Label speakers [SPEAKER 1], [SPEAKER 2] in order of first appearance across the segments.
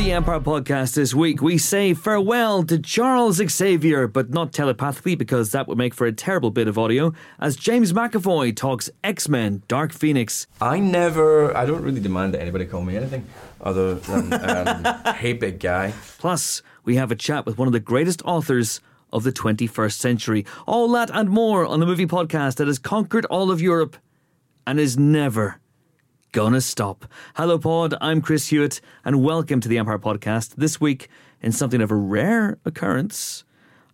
[SPEAKER 1] Empire podcast this week, we say farewell to Charles Xavier, but not telepathically because that would make for a terrible bit of audio, as James McAvoy talks X Men Dark Phoenix.
[SPEAKER 2] I never, I don't really demand that anybody call me anything other than, um, hey, big guy.
[SPEAKER 1] Plus, we have a chat with one of the greatest authors of the 21st century. All that and more on the movie podcast that has conquered all of Europe and is never gonna stop. Hello, Pod. I'm Chris Hewitt, and welcome to the Empire Podcast. This week, in something of a rare occurrence,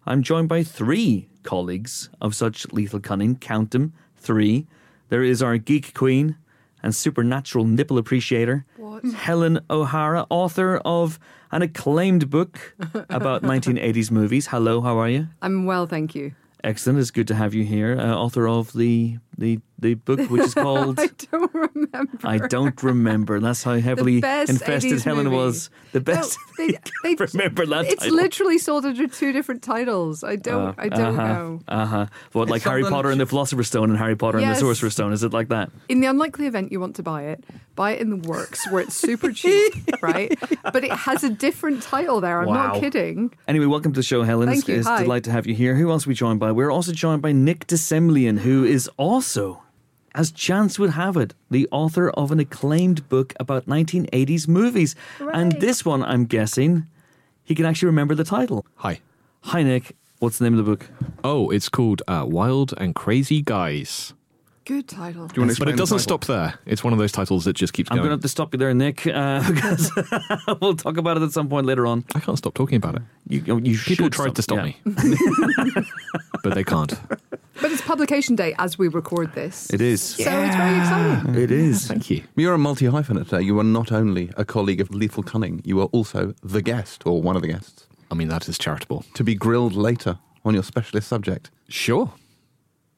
[SPEAKER 1] I'm joined by three colleagues of such lethal cunning. Count them three. There is our geek queen and supernatural nipple appreciator, Helen O'Hara, author of an acclaimed book about 1980s movies. Hello, how are you?
[SPEAKER 3] I'm well, thank you.
[SPEAKER 1] Excellent. It's good to have you here. Uh, author of the, the the book which is called
[SPEAKER 3] I don't remember.
[SPEAKER 1] I don't remember. That's how heavily
[SPEAKER 3] best
[SPEAKER 1] infested
[SPEAKER 3] 80s
[SPEAKER 1] Helen
[SPEAKER 3] movie.
[SPEAKER 1] was. The best.
[SPEAKER 3] Well, they- they-
[SPEAKER 1] remember that
[SPEAKER 3] It's
[SPEAKER 1] title.
[SPEAKER 3] literally sold under two different titles. I don't. I don't know.
[SPEAKER 1] Uh huh. Uh, What like
[SPEAKER 2] It's
[SPEAKER 1] Harry
[SPEAKER 2] something-
[SPEAKER 1] Potter and the Philosopher's Stone and Harry Potter and the
[SPEAKER 3] Yes.
[SPEAKER 1] Sorcerer's Stone? Is it like that?
[SPEAKER 3] In the unlikely event you want to buy it, buy it in the works where it's super cheap, right? But it has a different title there. I'm
[SPEAKER 1] Wow.
[SPEAKER 3] not kidding.
[SPEAKER 1] Anyway, welcome to the show, Helen.
[SPEAKER 3] Thank
[SPEAKER 1] it's
[SPEAKER 3] you.
[SPEAKER 1] it's
[SPEAKER 3] Hi.
[SPEAKER 1] delight to have you here. Who else are we joined by? We're also joined by Nick Dissemblian, who is also, as chance would have it, the author of an acclaimed book about 1980s movies. And
[SPEAKER 3] Hooray.
[SPEAKER 1] this one, I'm guessing, he can actually remember the title.
[SPEAKER 4] Hi.
[SPEAKER 1] Hi, Nick. What's the name of the book?
[SPEAKER 4] Oh, it's called uh, Wild and Crazy Guys.
[SPEAKER 3] Good title.
[SPEAKER 5] Do you want to
[SPEAKER 4] But it
[SPEAKER 5] explain the
[SPEAKER 4] doesn't
[SPEAKER 5] title?
[SPEAKER 4] stop there. It's one of those titles that just keeps
[SPEAKER 1] I'm
[SPEAKER 4] going.
[SPEAKER 1] going to have to stop you there, Nick, uh, because we'll talk about it at some point later on.
[SPEAKER 4] I can't stop talking about it.
[SPEAKER 1] You, you
[SPEAKER 4] People
[SPEAKER 1] should
[SPEAKER 4] tried to stop
[SPEAKER 1] yeah.
[SPEAKER 4] me, but they can't.
[SPEAKER 3] But it's publication day as we record this.
[SPEAKER 1] It is.
[SPEAKER 3] So it's very exciting.
[SPEAKER 1] It is.
[SPEAKER 4] Thank you.
[SPEAKER 5] You're a multi hyphenate today. You are not only a colleague of Lethal Cunning, you are also the guest, or one of the guests,
[SPEAKER 4] I mean, that is charitable.
[SPEAKER 5] to be grilled later on your specialist subject.
[SPEAKER 4] Sure.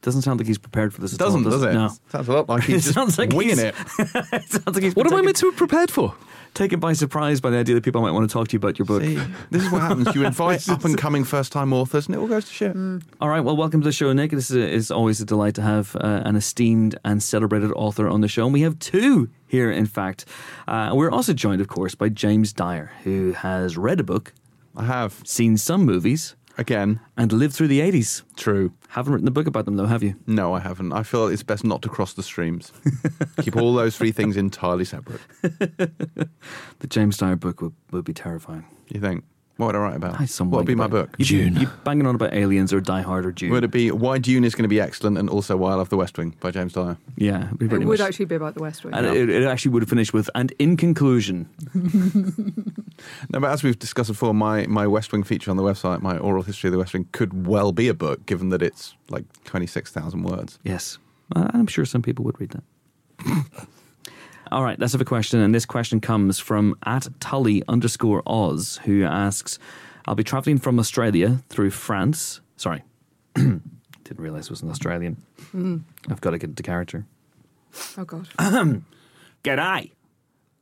[SPEAKER 1] Doesn't sound like he's prepared for this.
[SPEAKER 5] It
[SPEAKER 1] at all,
[SPEAKER 5] doesn't, does it?
[SPEAKER 1] No.
[SPEAKER 5] Sounds a lot like he's
[SPEAKER 1] It sounds
[SPEAKER 5] just
[SPEAKER 1] like
[SPEAKER 5] winging
[SPEAKER 1] he's-
[SPEAKER 5] it.
[SPEAKER 1] it sounds like he's
[SPEAKER 4] What
[SPEAKER 1] been
[SPEAKER 4] am I
[SPEAKER 1] taken-
[SPEAKER 4] meant to have prepared for?
[SPEAKER 1] taken by surprise by the idea that people might want to talk to you about your book.
[SPEAKER 5] this is what happens. You invite up and coming first time authors, and it all goes to shit.
[SPEAKER 1] All right, well, welcome to the show, Nick. This is, is always a delight to have uh, an esteemed and celebrated author on the show. And we have two here, in fact. Uh, we're also joined, of course, by James Dyer, who has read a book,
[SPEAKER 5] I have,
[SPEAKER 1] seen some movies,
[SPEAKER 5] again,
[SPEAKER 1] and lived through the 80s.
[SPEAKER 5] true.
[SPEAKER 1] Haven't written a book about them, though, have you?
[SPEAKER 5] No, I haven't. I feel it's best not to cross the streams. Keep all those three things entirely separate.
[SPEAKER 1] The James Dyer book would, would be terrifying.
[SPEAKER 5] You think? What would I write about?
[SPEAKER 1] I some
[SPEAKER 5] what would
[SPEAKER 1] wank
[SPEAKER 5] be my
[SPEAKER 1] about-
[SPEAKER 5] book?
[SPEAKER 1] You'd be-
[SPEAKER 4] June.
[SPEAKER 1] You're banging on about aliens or Die Hard or June.
[SPEAKER 5] Would it be Why Dune is going to be excellent and also Why I Love the West Wing by James Dyer?
[SPEAKER 1] yeah, it'd be
[SPEAKER 3] It
[SPEAKER 1] pretty
[SPEAKER 3] would
[SPEAKER 1] much.
[SPEAKER 3] actually be about the West Wing.
[SPEAKER 1] and it, it actually would finish with, and in conclusion,
[SPEAKER 5] No, but as we've discussed before, my, my West Wing feature on the website, my oral history of the West Wing, could well be a book, given that it's like 26,000 words.
[SPEAKER 1] Yes. Uh, I'm sure some people would read that. All right, let's have a question. And this question comes from at Tully underscore Oz, who asks I'll be traveling from Australia through France. Sorry, didn't realize it was an Australian. I've got to get into character.
[SPEAKER 3] oh God.
[SPEAKER 1] G'day.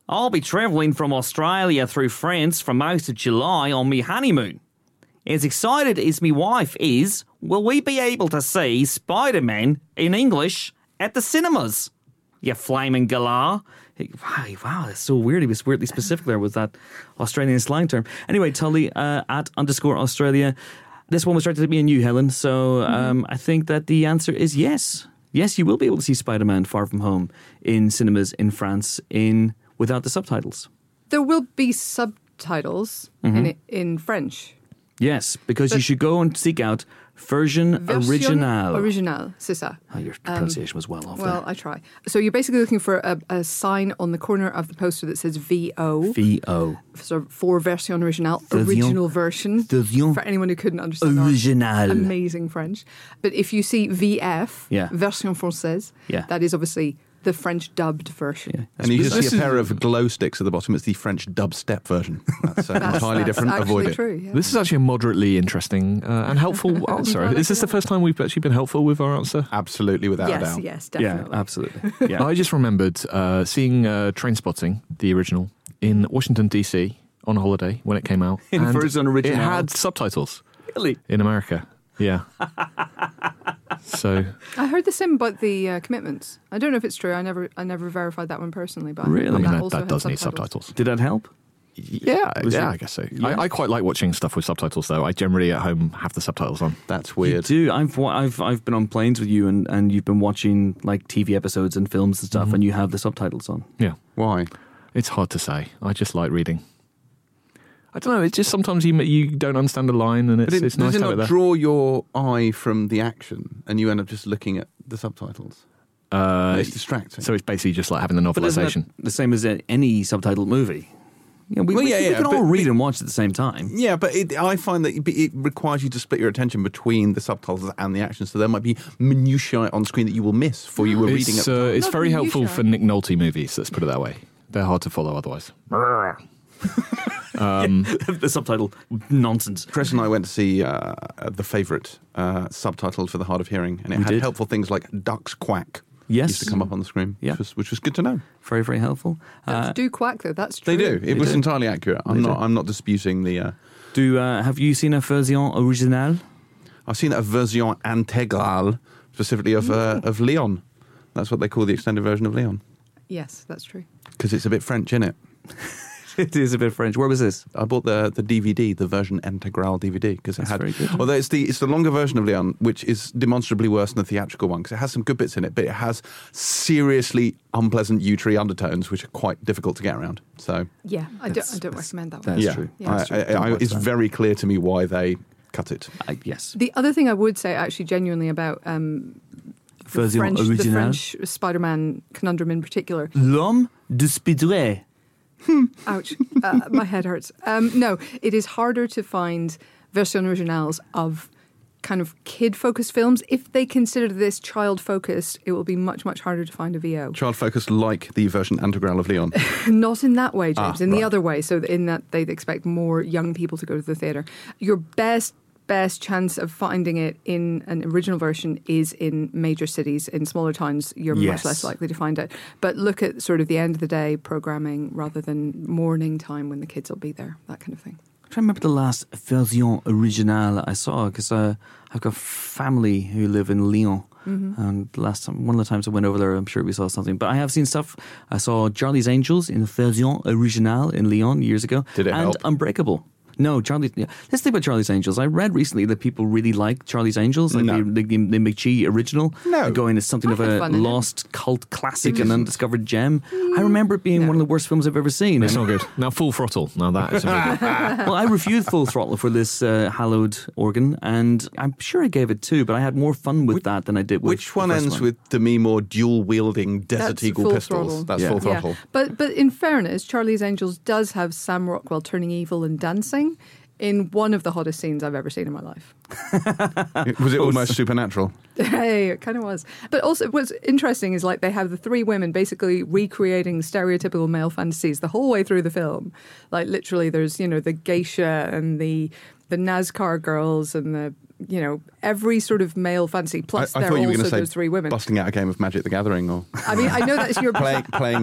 [SPEAKER 1] I'll be travelling from Australia through France for most of July on me honeymoon. As excited as me wife is, will we be able to see Spider Man in English at the cinemas? You flaming galah. Hey, Wow, wow, that's so weird. He was weirdly specific there with that Australian slang term. Anyway, Tully uh, at underscore Australia. This one was directed at me and you, Helen. So um, I think that the answer is yes. Yes, you will be able to see Spider Man Far From Home in cinemas in France in without the subtitles.
[SPEAKER 3] There will be subtitles
[SPEAKER 1] Mm-hmm.
[SPEAKER 3] in it, in French.
[SPEAKER 1] Yes, because you should go and seek out version,
[SPEAKER 3] Version
[SPEAKER 1] original.
[SPEAKER 3] Original, c'est ça.
[SPEAKER 1] oh, your pronunciation was well off
[SPEAKER 3] Um, Well, I try. So you're basically looking for a, a sign on the corner of the poster that says VO,
[SPEAKER 1] there. VO.
[SPEAKER 3] so for version original,
[SPEAKER 1] Version-
[SPEAKER 3] original version,
[SPEAKER 1] version
[SPEAKER 3] for anyone who couldn't understand our
[SPEAKER 1] Original.
[SPEAKER 3] amazing French. But if you see VF,
[SPEAKER 1] Yeah.
[SPEAKER 3] version française,
[SPEAKER 1] Yeah.
[SPEAKER 3] that is obviously the French dubbed version.
[SPEAKER 1] Yeah.
[SPEAKER 5] And you just
[SPEAKER 4] This
[SPEAKER 5] see a
[SPEAKER 4] is-
[SPEAKER 5] pair of glow sticks at the bottom. It's the French dubstep version. That's uh,
[SPEAKER 3] That's-
[SPEAKER 5] entirely
[SPEAKER 3] that's
[SPEAKER 5] different.
[SPEAKER 3] Actually
[SPEAKER 5] Avoid it.
[SPEAKER 3] true. yeah.
[SPEAKER 4] This is actually a moderately interesting uh, and helpful answer. Is this the first time we've actually been helpful with our answer?
[SPEAKER 5] Absolutely, without a
[SPEAKER 3] yes,
[SPEAKER 5] doubt.
[SPEAKER 3] yes,
[SPEAKER 1] Yeah, um,
[SPEAKER 3] definitely.
[SPEAKER 1] absolutely. Yeah.
[SPEAKER 4] I just remembered uh, seeing uh, Train Spotting, the original, in Washington, D.C. on holiday when it came out.
[SPEAKER 1] In
[SPEAKER 4] and
[SPEAKER 1] version original.
[SPEAKER 4] It had subtitles.
[SPEAKER 1] Really?
[SPEAKER 4] in America. Yeah. so
[SPEAKER 3] I heard the same about the uh, commitments. I don't know if it's true. I never, I never verified that one personally, but I heard
[SPEAKER 1] Really?
[SPEAKER 4] I mean
[SPEAKER 3] that
[SPEAKER 4] that,
[SPEAKER 3] also
[SPEAKER 4] that
[SPEAKER 3] had
[SPEAKER 4] does need
[SPEAKER 3] subtitles.
[SPEAKER 4] subtitles.
[SPEAKER 1] Did that help?
[SPEAKER 4] Yeah,
[SPEAKER 6] Was
[SPEAKER 4] yeah,
[SPEAKER 6] it-
[SPEAKER 4] I guess so.
[SPEAKER 6] Yeah.
[SPEAKER 4] I, I quite like watching stuff with subtitles, though. I generally at home have the subtitles on.
[SPEAKER 5] That's weird.
[SPEAKER 1] You do. I've wa- I've I've been on planes with you, and, and you've been watching like TV episodes and films and stuff, and you have the subtitles on.
[SPEAKER 4] Yeah,
[SPEAKER 5] Why?
[SPEAKER 4] it's hard to say. I just like reading. I don't know. It's just sometimes you you don't understand a line, and it's,
[SPEAKER 5] But it,
[SPEAKER 4] it's nice
[SPEAKER 5] does it
[SPEAKER 4] to have it there.
[SPEAKER 5] not draw your eye from the action, and you end up just looking at the subtitles?
[SPEAKER 4] uh,
[SPEAKER 5] it's distracting.
[SPEAKER 4] so it's basically just like having the
[SPEAKER 1] But isn't
[SPEAKER 4] novelization.
[SPEAKER 1] that the same as a- any subtitled movie? Yeah, we,
[SPEAKER 5] Well,
[SPEAKER 1] we-
[SPEAKER 5] yeah,
[SPEAKER 1] we
[SPEAKER 5] yeah,
[SPEAKER 1] can all
[SPEAKER 5] but-
[SPEAKER 1] read and watch at the same time.
[SPEAKER 5] yeah, but it, I find that it, it requires you to split your attention between the subtitles and the action. So there might be minutiae on screen that you will miss for you were reading.
[SPEAKER 4] It's,
[SPEAKER 5] it.
[SPEAKER 4] uh, it's
[SPEAKER 3] Not
[SPEAKER 4] very helpful
[SPEAKER 3] unusual.
[SPEAKER 4] for Nick Nolte movies. Let's put it that way. They're hard to follow otherwise.
[SPEAKER 5] Um,
[SPEAKER 1] the subtitle nonsense.
[SPEAKER 5] Chris and I went to see uh, the favourite uh, subtitled for the hard of hearing, and it had
[SPEAKER 1] did.
[SPEAKER 5] helpful things like ducks quack.
[SPEAKER 1] Yes.
[SPEAKER 5] used to come up on the screen,
[SPEAKER 1] Yeah.
[SPEAKER 5] which, was, which was good to know.
[SPEAKER 1] Very very helpful.
[SPEAKER 3] Ducks
[SPEAKER 1] Uh,
[SPEAKER 3] do quack though. That's true.
[SPEAKER 5] They do. It was entirely accurate. I'm
[SPEAKER 1] They
[SPEAKER 5] not.
[SPEAKER 1] do.
[SPEAKER 5] I'm not disputing the. Uh,
[SPEAKER 1] do uh, have you seen a version originale?
[SPEAKER 5] I've seen a version intégrale, specifically of uh, of Leon. That's what they call the extended version of Leon
[SPEAKER 3] Yes, that's true.
[SPEAKER 5] because it's a bit French, is it?
[SPEAKER 1] it is a bit French. Where was this?
[SPEAKER 5] I bought the the DVD, the version integral DVD, because it
[SPEAKER 1] That's
[SPEAKER 5] had.
[SPEAKER 1] very good.
[SPEAKER 5] Although it's the it's the longer version of Leon, which is demonstrably worse than the theatrical one, because it has some good bits in it, but it has seriously unpleasant uterine undertones, which are quite difficult to get around. So
[SPEAKER 3] Yeah, I don't. I
[SPEAKER 1] That's-
[SPEAKER 3] don't
[SPEAKER 1] that's-
[SPEAKER 3] recommend that one.
[SPEAKER 1] that's
[SPEAKER 5] yeah,
[SPEAKER 1] true.
[SPEAKER 5] I-
[SPEAKER 3] Yeah, that's
[SPEAKER 5] I- I-
[SPEAKER 1] Don't
[SPEAKER 5] it's
[SPEAKER 1] watch that.
[SPEAKER 5] very clear to me why they cut it.
[SPEAKER 1] Uh, yes,
[SPEAKER 3] The other thing I would say, actually, genuinely about um, the,
[SPEAKER 1] version
[SPEAKER 3] French, the
[SPEAKER 1] originale.
[SPEAKER 3] French Spider-Man conundrum in particular.
[SPEAKER 1] L'homme du Spidré.
[SPEAKER 3] Ouch, uh, my head hurts. Um, no, it is harder to find version originals of kind of kid-focused films. If they consider this child-focused, it will be much, much harder to find a VO.
[SPEAKER 5] Child focused like the version integral of Leon.
[SPEAKER 3] Not in that way, James.
[SPEAKER 5] Ah,
[SPEAKER 3] in
[SPEAKER 5] right.
[SPEAKER 3] the other way. So in that they expect more young people to go to the theater. Your best best chance of finding it in an original version is in major cities. In smaller towns, you're
[SPEAKER 1] Yes.
[SPEAKER 3] much less likely to find it. But look at sort of the end of the day programming rather than morning time when the kids will be there. That kind of thing.
[SPEAKER 1] I'm trying to remember the last version originale I saw because uh, I've got family who live in Lyon.
[SPEAKER 3] Mm-hmm.
[SPEAKER 1] And the last time, one of the times I went over there, I'm sure we saw something. But I have seen stuff. I saw Charlie's Angels in version originale in Lyon years ago.
[SPEAKER 5] Did it
[SPEAKER 1] And
[SPEAKER 5] help?
[SPEAKER 1] Unbreakable. No, Charlie. Yeah. Let's think about Charlie's Angels. I read recently that people really like Charlie's Angels, like
[SPEAKER 5] No.
[SPEAKER 1] the, the, the McChee E original.
[SPEAKER 5] No.
[SPEAKER 1] Going as something
[SPEAKER 3] I
[SPEAKER 1] of
[SPEAKER 3] had
[SPEAKER 1] a
[SPEAKER 3] fun in it. Mm.
[SPEAKER 1] lost cult classic and undiscovered gem. I remember it being
[SPEAKER 3] No.
[SPEAKER 1] one of the worst films I've ever seen.
[SPEAKER 4] It's
[SPEAKER 1] And-
[SPEAKER 4] not good. Now, full throttle. Now that is a movie.
[SPEAKER 1] well, I reviewed Full Throttle for this uh, hallowed organ, and I'm sure I gave it two, but I had more fun with that than I did with
[SPEAKER 5] Which one
[SPEAKER 1] the first
[SPEAKER 5] ends with Demi Moore dual wielding Desert
[SPEAKER 3] That's
[SPEAKER 5] Eagle
[SPEAKER 3] full
[SPEAKER 5] pistols?
[SPEAKER 3] throttle.
[SPEAKER 5] That's
[SPEAKER 1] Yeah.
[SPEAKER 5] full
[SPEAKER 3] Yeah.
[SPEAKER 5] throttle.
[SPEAKER 3] But but in fairness, Charlie's Angels does have Sam Rockwell turning evil and dancing in one of the hottest scenes I've ever seen in my life.
[SPEAKER 5] It- Was it almost supernatural?
[SPEAKER 3] Hey, it kind of was. But also, what's interesting is like they have the three women basically recreating stereotypical male fantasies the whole way through the film. Like literally, there's you know the geisha and the the NASCAR girls and the you know every sort of male fantasy. Plus,
[SPEAKER 5] I, I
[SPEAKER 3] there are
[SPEAKER 5] thought you
[SPEAKER 3] also
[SPEAKER 5] were going to say
[SPEAKER 3] those three women.
[SPEAKER 5] busting out a game of Magic the Gathering or
[SPEAKER 3] I mean, I know that's your.
[SPEAKER 5] playing playing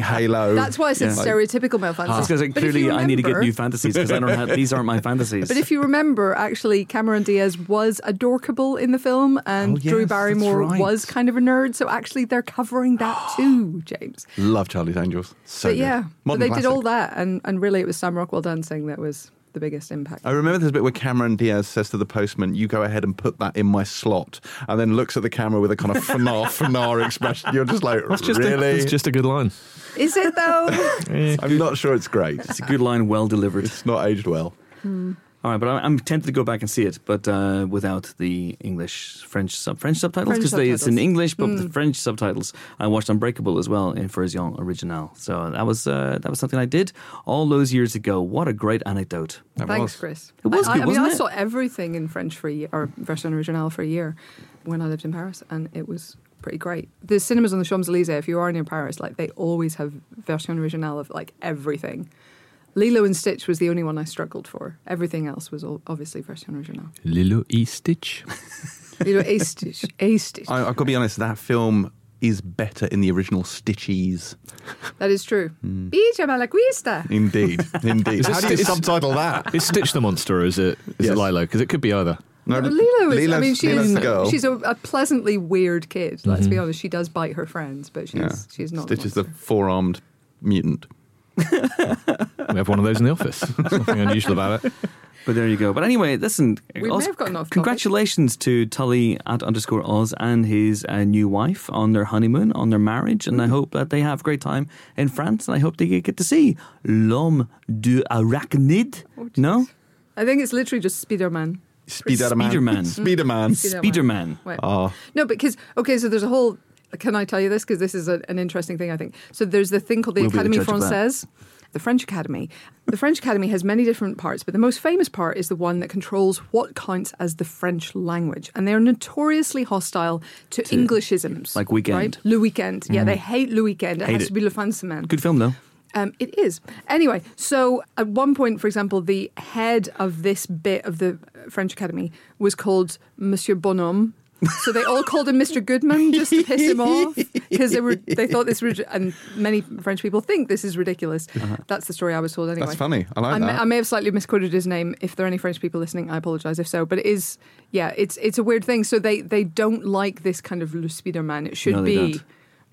[SPEAKER 5] Halo.
[SPEAKER 3] That's why I said
[SPEAKER 5] Yeah.
[SPEAKER 3] stereotypical male fantasies.
[SPEAKER 1] I
[SPEAKER 5] Ah.
[SPEAKER 1] was going to say,
[SPEAKER 3] But if you
[SPEAKER 1] clearly, I need to get
[SPEAKER 3] remember-
[SPEAKER 1] new fantasies because I don't have these aren't my fantasies.
[SPEAKER 3] But if you remember, actually, Cameron Diaz was adorkable in the film, and
[SPEAKER 5] Oh, yes,
[SPEAKER 3] Drew
[SPEAKER 5] that's
[SPEAKER 3] Barrymore
[SPEAKER 5] right.
[SPEAKER 3] was kind of a nerd. So actually, they're covering that too, James.
[SPEAKER 5] Love Charlie's Angels. So
[SPEAKER 3] but
[SPEAKER 5] good.
[SPEAKER 3] yeah, but
[SPEAKER 5] Modern
[SPEAKER 3] they
[SPEAKER 5] classic.
[SPEAKER 3] did all that, and, and really, it was Sam Rockwell dancing that was the biggest impact.
[SPEAKER 5] I remember there's a bit where Cameron Diaz says to the postman, "You go ahead and put that in my slot," and then looks at the camera with a kind of fnar fnar expression. You're just like,
[SPEAKER 4] Just a-
[SPEAKER 5] really?
[SPEAKER 4] it's just a good line.
[SPEAKER 3] Is it though?
[SPEAKER 5] I'm not sure it's great.
[SPEAKER 1] it's a good line, well delivered.
[SPEAKER 5] It's not aged well.
[SPEAKER 1] All right, but I- I'm tempted to go back and see it, but uh, without the English French sub French subtitles
[SPEAKER 3] French
[SPEAKER 1] because it's in
[SPEAKER 3] subtitles. Mm.
[SPEAKER 1] English, but with the French subtitles. I watched Unbreakable as well in version original, so that was uh, that was something I did all those years ago. What a great anecdote!
[SPEAKER 5] That
[SPEAKER 3] Thanks,
[SPEAKER 5] was.
[SPEAKER 3] Chris.
[SPEAKER 1] It was
[SPEAKER 3] I, I
[SPEAKER 1] good,
[SPEAKER 3] mean,
[SPEAKER 1] wasn't
[SPEAKER 3] I
[SPEAKER 1] it?
[SPEAKER 3] saw everything in French for a year, or version originale for a year when I lived in Paris, and it was pretty great. The cinemas on the Champs Elysees, if you are near Paris, like they always have version originale of like everything. Lilo and Stitch was the only one I struggled for. Everything else was all obviously version originale.
[SPEAKER 4] Lilo e Stitch.
[SPEAKER 3] Lilo and Stitch, A Stitch.
[SPEAKER 5] I, I've got to be honest. That film is better in the original Stitchies.
[SPEAKER 3] That is true. Bija Malaguista.
[SPEAKER 5] Indeed, indeed. How do you
[SPEAKER 4] Stitch-
[SPEAKER 5] subtitle that?
[SPEAKER 4] Is Stitch the monster or is it is
[SPEAKER 5] Yes.
[SPEAKER 4] it Lilo? Because it could be either.
[SPEAKER 5] No,
[SPEAKER 3] But Lilo is, I mean, she
[SPEAKER 5] Lilo's
[SPEAKER 3] is,
[SPEAKER 5] the girl.
[SPEAKER 3] she's a, a pleasantly weird kid. Let's be honest. She does bite her friends, but she's, she's not. a
[SPEAKER 5] Stitch is the
[SPEAKER 3] monster.
[SPEAKER 5] four-armed mutant.
[SPEAKER 4] we have one of those in the office. There's nothing unusual about it.
[SPEAKER 1] But there you go. But anyway, listen.
[SPEAKER 3] We may have gotten off topic.
[SPEAKER 1] Congratulations to Tully at underscore Oz and his uh, new wife on their honeymoon, on their marriage, and I hope that they have a great time in France. And I hope they get to see L'homme du arachnid.
[SPEAKER 3] Oh, jeez.
[SPEAKER 1] no,
[SPEAKER 3] I think it's literally just Spider-Man.
[SPEAKER 1] Spiderman.
[SPEAKER 5] Speederman.
[SPEAKER 3] Spiderman.
[SPEAKER 1] Spiderman.
[SPEAKER 3] Wait.
[SPEAKER 5] Oh,
[SPEAKER 3] No, because okay, so there's a whole. Can I tell you this? Because this is a, an interesting thing, I think. So there's the thing called the
[SPEAKER 1] We'll be the
[SPEAKER 3] Académie
[SPEAKER 1] judge of that.
[SPEAKER 3] Française, the French Academy. The French Academy has many different parts, but the most famous part is the one that controls what counts as the French language, and they are notoriously hostile to, Englishisms,
[SPEAKER 1] like weekend. Mm-hmm.
[SPEAKER 3] right? Le weekend, yeah, they hate le weekend. It
[SPEAKER 1] Hate
[SPEAKER 3] has
[SPEAKER 1] it.
[SPEAKER 3] to be le fin de semaine.
[SPEAKER 1] Good film though.
[SPEAKER 3] Um, it is. Anyway, so at one point, for example, the head of this bit of the French Academy was called Monsieur Bonhomme. So they all called him Mr. Goodman just to piss him off because they were they thought this was and many French people think this is ridiculous. That's the story I was told anyway.
[SPEAKER 5] that's funny. I like
[SPEAKER 3] I may,
[SPEAKER 5] that.
[SPEAKER 3] I may have slightly misquoted his name. If there are any French people listening, I apologise if so. But it is, yeah, it's it's a weird thing. So they they don't like this kind of Le Spiderman. It should
[SPEAKER 1] No, they
[SPEAKER 3] be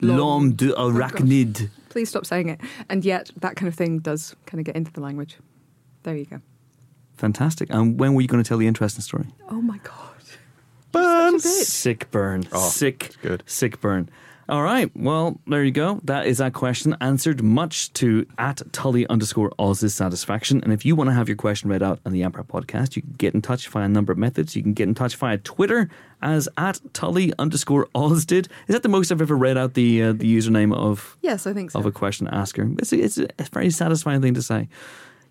[SPEAKER 1] don't. L'homme du
[SPEAKER 3] Oh,
[SPEAKER 1] arachnid.
[SPEAKER 3] Please stop saying it. And yet, that kind of thing does kind of get into the language. There you go.
[SPEAKER 1] Fantastic. And when were you going to tell the interesting story?
[SPEAKER 3] Oh my God.
[SPEAKER 1] Sick burn.
[SPEAKER 5] Oh,
[SPEAKER 1] sick.
[SPEAKER 5] good.
[SPEAKER 1] Sick burn. All right. Well, there you go. That is that question answered, much to at Tully underscore Oz's satisfaction. And if you want to have your question read out on the Emperor podcast, you can get in touch via a number of methods. You can get in touch via Twitter as at Tully underscore Oz did. Is that the most I've ever read out the uh, the username of
[SPEAKER 3] Yes, I think so.
[SPEAKER 1] of a question asker. It's a, it's a very satisfying thing to say.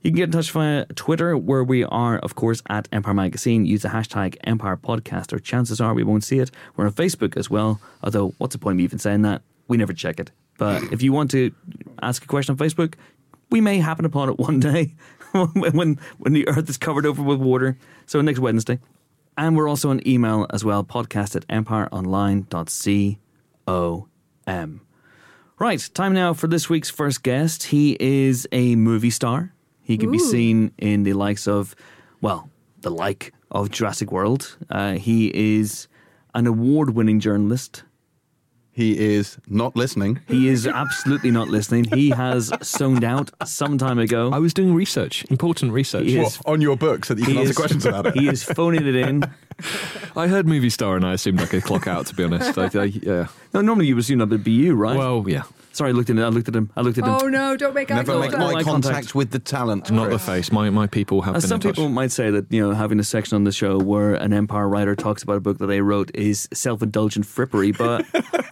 [SPEAKER 1] You can get in touch via Twitter, where we are, of course, at Empire Magazine. Use the hashtag Empire Podcast, or chances are we won't see it. We're on Facebook as well, although, what's the point of me even saying that? We never check it. But if you want to ask a question on Facebook, we may happen upon it one day when, when, when the earth is covered over with water. So next Wednesday. And we're also on email as well podcast at empireonline.com. Right, time now for this week's first guest. He is a movie star. He can be
[SPEAKER 3] Ooh.
[SPEAKER 1] seen in the likes of, well, the like of Jurassic World. Uh, he is an award winning journalist.
[SPEAKER 5] He is not listening.
[SPEAKER 1] He is absolutely not listening. He has zoned out some time ago.
[SPEAKER 4] I was doing research, important research.
[SPEAKER 1] He
[SPEAKER 5] What,
[SPEAKER 1] is-
[SPEAKER 5] on your book so that you can
[SPEAKER 1] He
[SPEAKER 5] answer
[SPEAKER 1] is-
[SPEAKER 5] questions about it.
[SPEAKER 1] He is phoning it in.
[SPEAKER 4] I heard movie star, and I assumed I could clock out. To be honest, I, I, yeah.
[SPEAKER 1] No, normally you would assume that would be you, right?
[SPEAKER 4] Well, yeah,
[SPEAKER 1] Sorry, I looked at him. I looked at him. I looked at him.
[SPEAKER 3] oh no, don't make eye
[SPEAKER 5] Never make
[SPEAKER 3] contact.
[SPEAKER 1] no eye
[SPEAKER 5] eye
[SPEAKER 1] contact.
[SPEAKER 5] contact with the talent.
[SPEAKER 4] not the
[SPEAKER 5] Chris.
[SPEAKER 4] face. My my people have
[SPEAKER 1] As
[SPEAKER 4] been
[SPEAKER 1] some
[SPEAKER 4] in touch.
[SPEAKER 1] people might say that you know having a section on the show where an Empire writer talks about a book that they wrote is self-indulgent frippery, but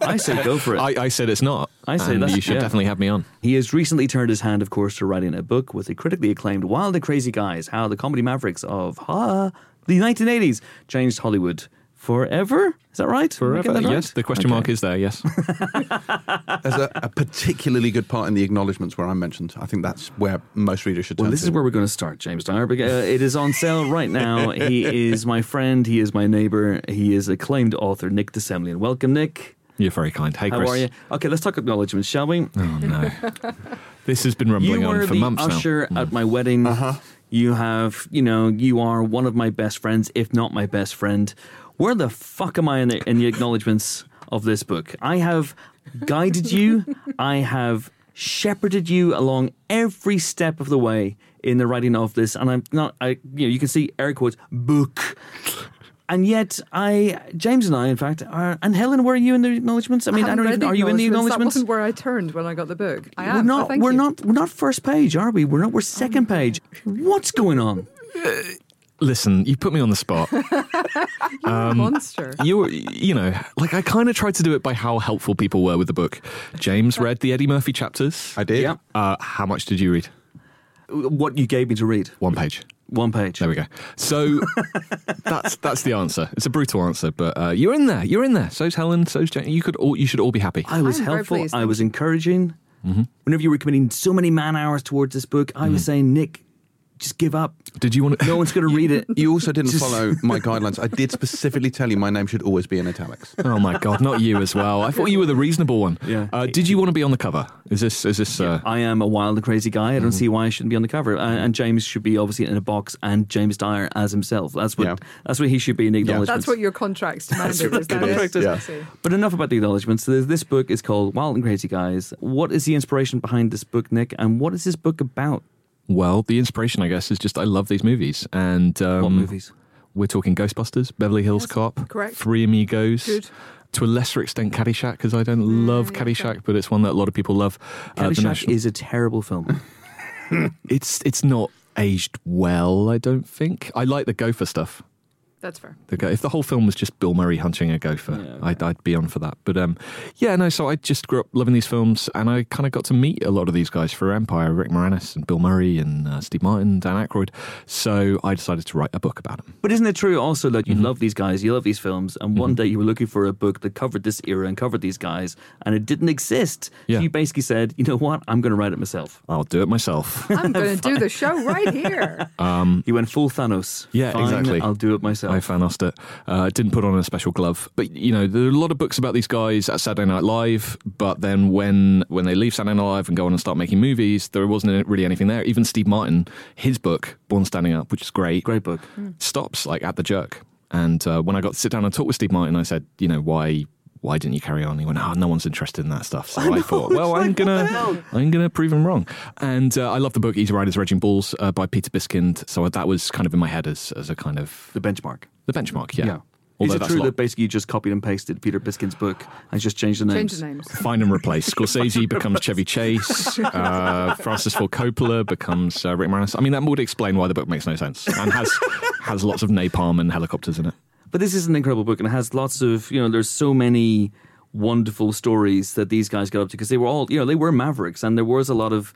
[SPEAKER 1] I say go for it.
[SPEAKER 4] I, I said it's not.
[SPEAKER 1] I say
[SPEAKER 4] and
[SPEAKER 1] that's-
[SPEAKER 4] you should
[SPEAKER 1] yeah.
[SPEAKER 4] definitely have me on.
[SPEAKER 1] He has recently turned his hand, of course, to writing a book with the critically acclaimed Wild and Crazy Guys: How the Comedy Mavericks of ha, the 1980s changed Hollywood forever. Is that right? Am I getting that right?
[SPEAKER 4] Yes, the question mark
[SPEAKER 1] Okay.
[SPEAKER 4] is there. Yes,
[SPEAKER 5] There's a, a particularly good part in the acknowledgements where I'm mentioned. I think that's where most readers should turn
[SPEAKER 1] Well, this
[SPEAKER 5] to.
[SPEAKER 1] is where we're going to start, James Dyer. because, uh, it is on sale right now. he is my friend. He is my neighbor. He is acclaimed author Nick DeSemlian. Welcome, Nick.
[SPEAKER 4] you're very kind. Hey,
[SPEAKER 1] How
[SPEAKER 4] Chris.
[SPEAKER 1] are you? Okay, let's talk acknowledgements, shall we?
[SPEAKER 4] Oh no, this has been rumbling
[SPEAKER 1] you were
[SPEAKER 4] on for
[SPEAKER 1] the
[SPEAKER 4] months Mm.
[SPEAKER 1] usher at my wedding. You have, you know, you are one of my best friends, if not my best friend. Where the fuck am I in the, in the acknowledgements of this book? I have guided you. I have shepherded you along every step of the way in the writing of this, and I'm not. I, you know, you can see air quotes book. And yet, I, James and I, in fact, are. And Helen, were you in the acknowledgements? I mean, I,
[SPEAKER 3] haven't
[SPEAKER 1] don't
[SPEAKER 3] read
[SPEAKER 1] even.
[SPEAKER 3] the
[SPEAKER 1] Are you in the
[SPEAKER 3] That
[SPEAKER 1] acknowledgements?
[SPEAKER 3] wasn't where I turned when I got the book. I am.
[SPEAKER 1] we're
[SPEAKER 3] so
[SPEAKER 1] not.
[SPEAKER 3] thank
[SPEAKER 1] we're
[SPEAKER 3] you. Oh
[SPEAKER 1] not. We're not first page, are we? We're not. We're second page. What's going on?
[SPEAKER 4] now. Listen, you put me on the spot.
[SPEAKER 3] You're a
[SPEAKER 1] um,
[SPEAKER 3] monster.
[SPEAKER 4] you were- you know, like I kind of tried to do it by how helpful people were with the book. James read the Eddie Murphy chapters.
[SPEAKER 5] I did.
[SPEAKER 1] Yeah.
[SPEAKER 4] Uh, how much did you read?
[SPEAKER 1] What you gave me to read?
[SPEAKER 4] One page.
[SPEAKER 1] One page.
[SPEAKER 4] There we go. So that's that's the answer. It's a brutal answer, but uh, you're in there. You're in there. So's Helen. So's Jane. You could all you should all be happy.
[SPEAKER 1] I was
[SPEAKER 3] I'm very
[SPEAKER 1] helpful.
[SPEAKER 3] pleased,
[SPEAKER 1] I
[SPEAKER 3] thank
[SPEAKER 1] was encouraging. Whenever you were committing so many man hours towards this book, I was saying, Nick, just give up.
[SPEAKER 4] Did you want to?
[SPEAKER 1] No one's going to read it.
[SPEAKER 5] You also didn't follow my guidelines. I did specifically tell you my name should always be in italics.
[SPEAKER 4] Oh my god, not you as well. I thought you were the reasonable one.
[SPEAKER 1] Yeah.
[SPEAKER 4] Uh, did you want to be on the cover? Is this is this? Uh,
[SPEAKER 1] I am a wild and crazy guy. I don't see why I shouldn't be on the cover. And, and James should be obviously in a box, and James Dyer as himself. That's what
[SPEAKER 5] Yeah.
[SPEAKER 1] that's what he should be in the acknowledgments.
[SPEAKER 3] That's what your contracts demanded. is that
[SPEAKER 5] contract
[SPEAKER 3] it?
[SPEAKER 5] is.
[SPEAKER 3] I see.
[SPEAKER 1] But enough about the acknowledgements. So there's- This book is called Wild and Crazy Guys. What is the inspiration behind this book, Nick? And what is this book about?
[SPEAKER 4] well, the inspiration, I guess, is just I love these movies and um,
[SPEAKER 1] what movies?
[SPEAKER 4] We're talking Ghostbusters, Beverly Hills
[SPEAKER 3] Yes,
[SPEAKER 4] Cop,
[SPEAKER 3] correct.
[SPEAKER 4] Three Amigos.
[SPEAKER 3] Good.
[SPEAKER 4] To a lesser extent, Caddyshack, because I don't love
[SPEAKER 3] yeah,
[SPEAKER 4] Caddyshack, but it's one that a lot of people love. Uh, the
[SPEAKER 1] Caddyshack
[SPEAKER 4] National-
[SPEAKER 1] is a terrible film.
[SPEAKER 4] it's it's not aged well, I don't think. I like the gopher stuff.
[SPEAKER 3] That's fair.
[SPEAKER 4] The go- if the whole film was just Bill Murray hunting a gopher,
[SPEAKER 1] Yeah, okay.
[SPEAKER 4] I'd, I'd be on for that. But um, yeah, no. So I just grew up loving these films, and I kind of got to meet a lot of these guys for Empire, Rick Moranis and Bill Murray and uh, Steve Martin, Dan Aykroyd. So I decided to write a book about them.
[SPEAKER 1] But isn't it true also that you
[SPEAKER 4] Mhm.
[SPEAKER 1] love these guys, you love these films, and one
[SPEAKER 4] Mhm.
[SPEAKER 1] day you were looking for a book that covered this era and covered these guys, and it didn't exist?
[SPEAKER 4] Yeah.
[SPEAKER 1] So you basically said, you know what? I'm going to write it myself.
[SPEAKER 4] I'll do it myself.
[SPEAKER 3] I'm going to do the show right here.
[SPEAKER 4] um,
[SPEAKER 1] You went full Thanos.
[SPEAKER 4] Yeah,
[SPEAKER 1] Fine,
[SPEAKER 4] exactly.
[SPEAKER 1] I'll do it myself.
[SPEAKER 4] I fanosed it. Uh, didn't put on a special glove, but you know there are a lot of books about these guys at Saturday Night Live. But then when when they leave Saturday Night Live and go on and start making movies, there wasn't really anything there. Even Steve Martin, his book Born Standing Up, which is great,
[SPEAKER 1] Great book.
[SPEAKER 4] stops like at the jerk. And uh, when I got to sit down and talk with Steve Martin, I said, you know, why why didn't you carry on? He went, oh, no one's interested in that stuff. So I, thought, well, I'm gonna I'm gonna prove him wrong. And uh, I love the book Easy Riders, Raging Bulls uh, by Peter Biskind. So that was kind of in my head as as a kind of
[SPEAKER 1] The benchmark.
[SPEAKER 4] the benchmark, yeah.
[SPEAKER 1] Is
[SPEAKER 4] Although
[SPEAKER 1] it
[SPEAKER 4] that's
[SPEAKER 1] true
[SPEAKER 4] lot-
[SPEAKER 1] that basically you just copied and pasted Peter Biskin's book and just changed the names?
[SPEAKER 3] Change the names.
[SPEAKER 4] Find and replace. Scorsese becomes Chevy Chase. Uh, Francis Ford Coppola becomes uh, Rick Moranis. I mean, that would explain why the book makes no sense and has has lots of napalm and helicopters in it.
[SPEAKER 1] But this is an incredible book, and it has lots of you know. There's so many wonderful stories that these guys got up to because they were all you know they were mavericks, and there was a lot of.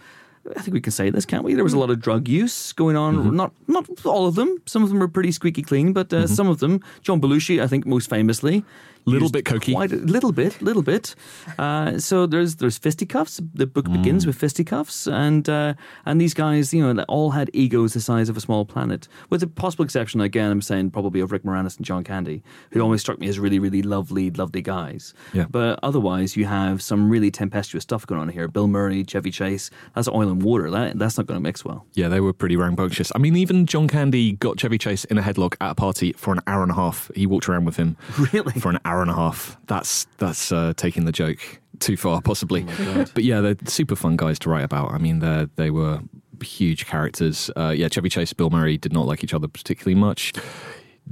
[SPEAKER 1] I think we can say this, can't we? There was a lot of drug use going on.
[SPEAKER 4] Mm-hmm.
[SPEAKER 1] Not not all of them. Some of them were pretty squeaky clean, but uh, some of them. John Belushi, I think, most famously,
[SPEAKER 4] Little
[SPEAKER 1] used
[SPEAKER 4] bit cokey.
[SPEAKER 1] quite a little bit, little bit. Uh, so there's there's fisticuffs. The book begins with fisticuffs, and uh, and these guys, you know, they all had egos the size of a small planet, with the possible exception, again, I'm saying probably of Rick Moranis and John Candy, who always struck me as really, really lovely, lovely guys.
[SPEAKER 4] Yeah.
[SPEAKER 1] But otherwise, you have some really tempestuous stuff going on here. Bill Murray, Chevy Chase. That's oil and water. That that's not going to mix well.
[SPEAKER 4] Yeah, they were pretty rambunctious. I mean, even John Candy got Chevy Chase in a headlock at a party for an hour and a half. He walked around with him
[SPEAKER 1] Really?
[SPEAKER 4] for an hour and a half. That's that's uh, taking the joke too far, possibly. but yeah, they're super fun guys to write about. I mean, they they were huge characters. Uh, yeah, Chevy Chase, Bill Murray did not like each other particularly much.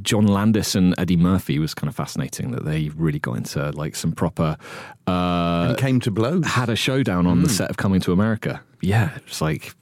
[SPEAKER 4] John Landis and Eddie Murphy was kind of fascinating that they really got into like some proper uh,
[SPEAKER 5] and came to blows.
[SPEAKER 4] had a showdown on the set of Coming to America. Yeah, it's like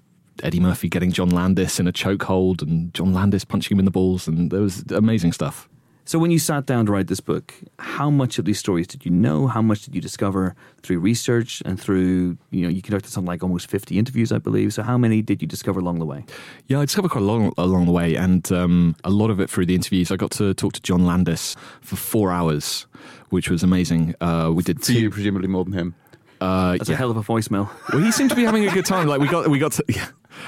[SPEAKER 4] Eddie Murphy getting John Landis in a chokehold and John Landis punching him in the balls, and there was amazing stuff.
[SPEAKER 1] So when you sat down to write this book, how much of these stories did you know? How much did you discover through research and through you know you conducted something like almost fifty interviews, I believe. So how many did you discover along the way?
[SPEAKER 4] Yeah, I discovered quite a lot along the way, and um, a lot of it through the interviews. I got to talk to John Landis for four hours, which was amazing. Uh, we did
[SPEAKER 5] To
[SPEAKER 4] two.
[SPEAKER 5] you, presumably more than him.
[SPEAKER 4] Uh,
[SPEAKER 1] That's
[SPEAKER 4] yeah.
[SPEAKER 1] a hell of a voicemail.
[SPEAKER 4] Well, he seemed to be having a good time. Like we got we got to yeah,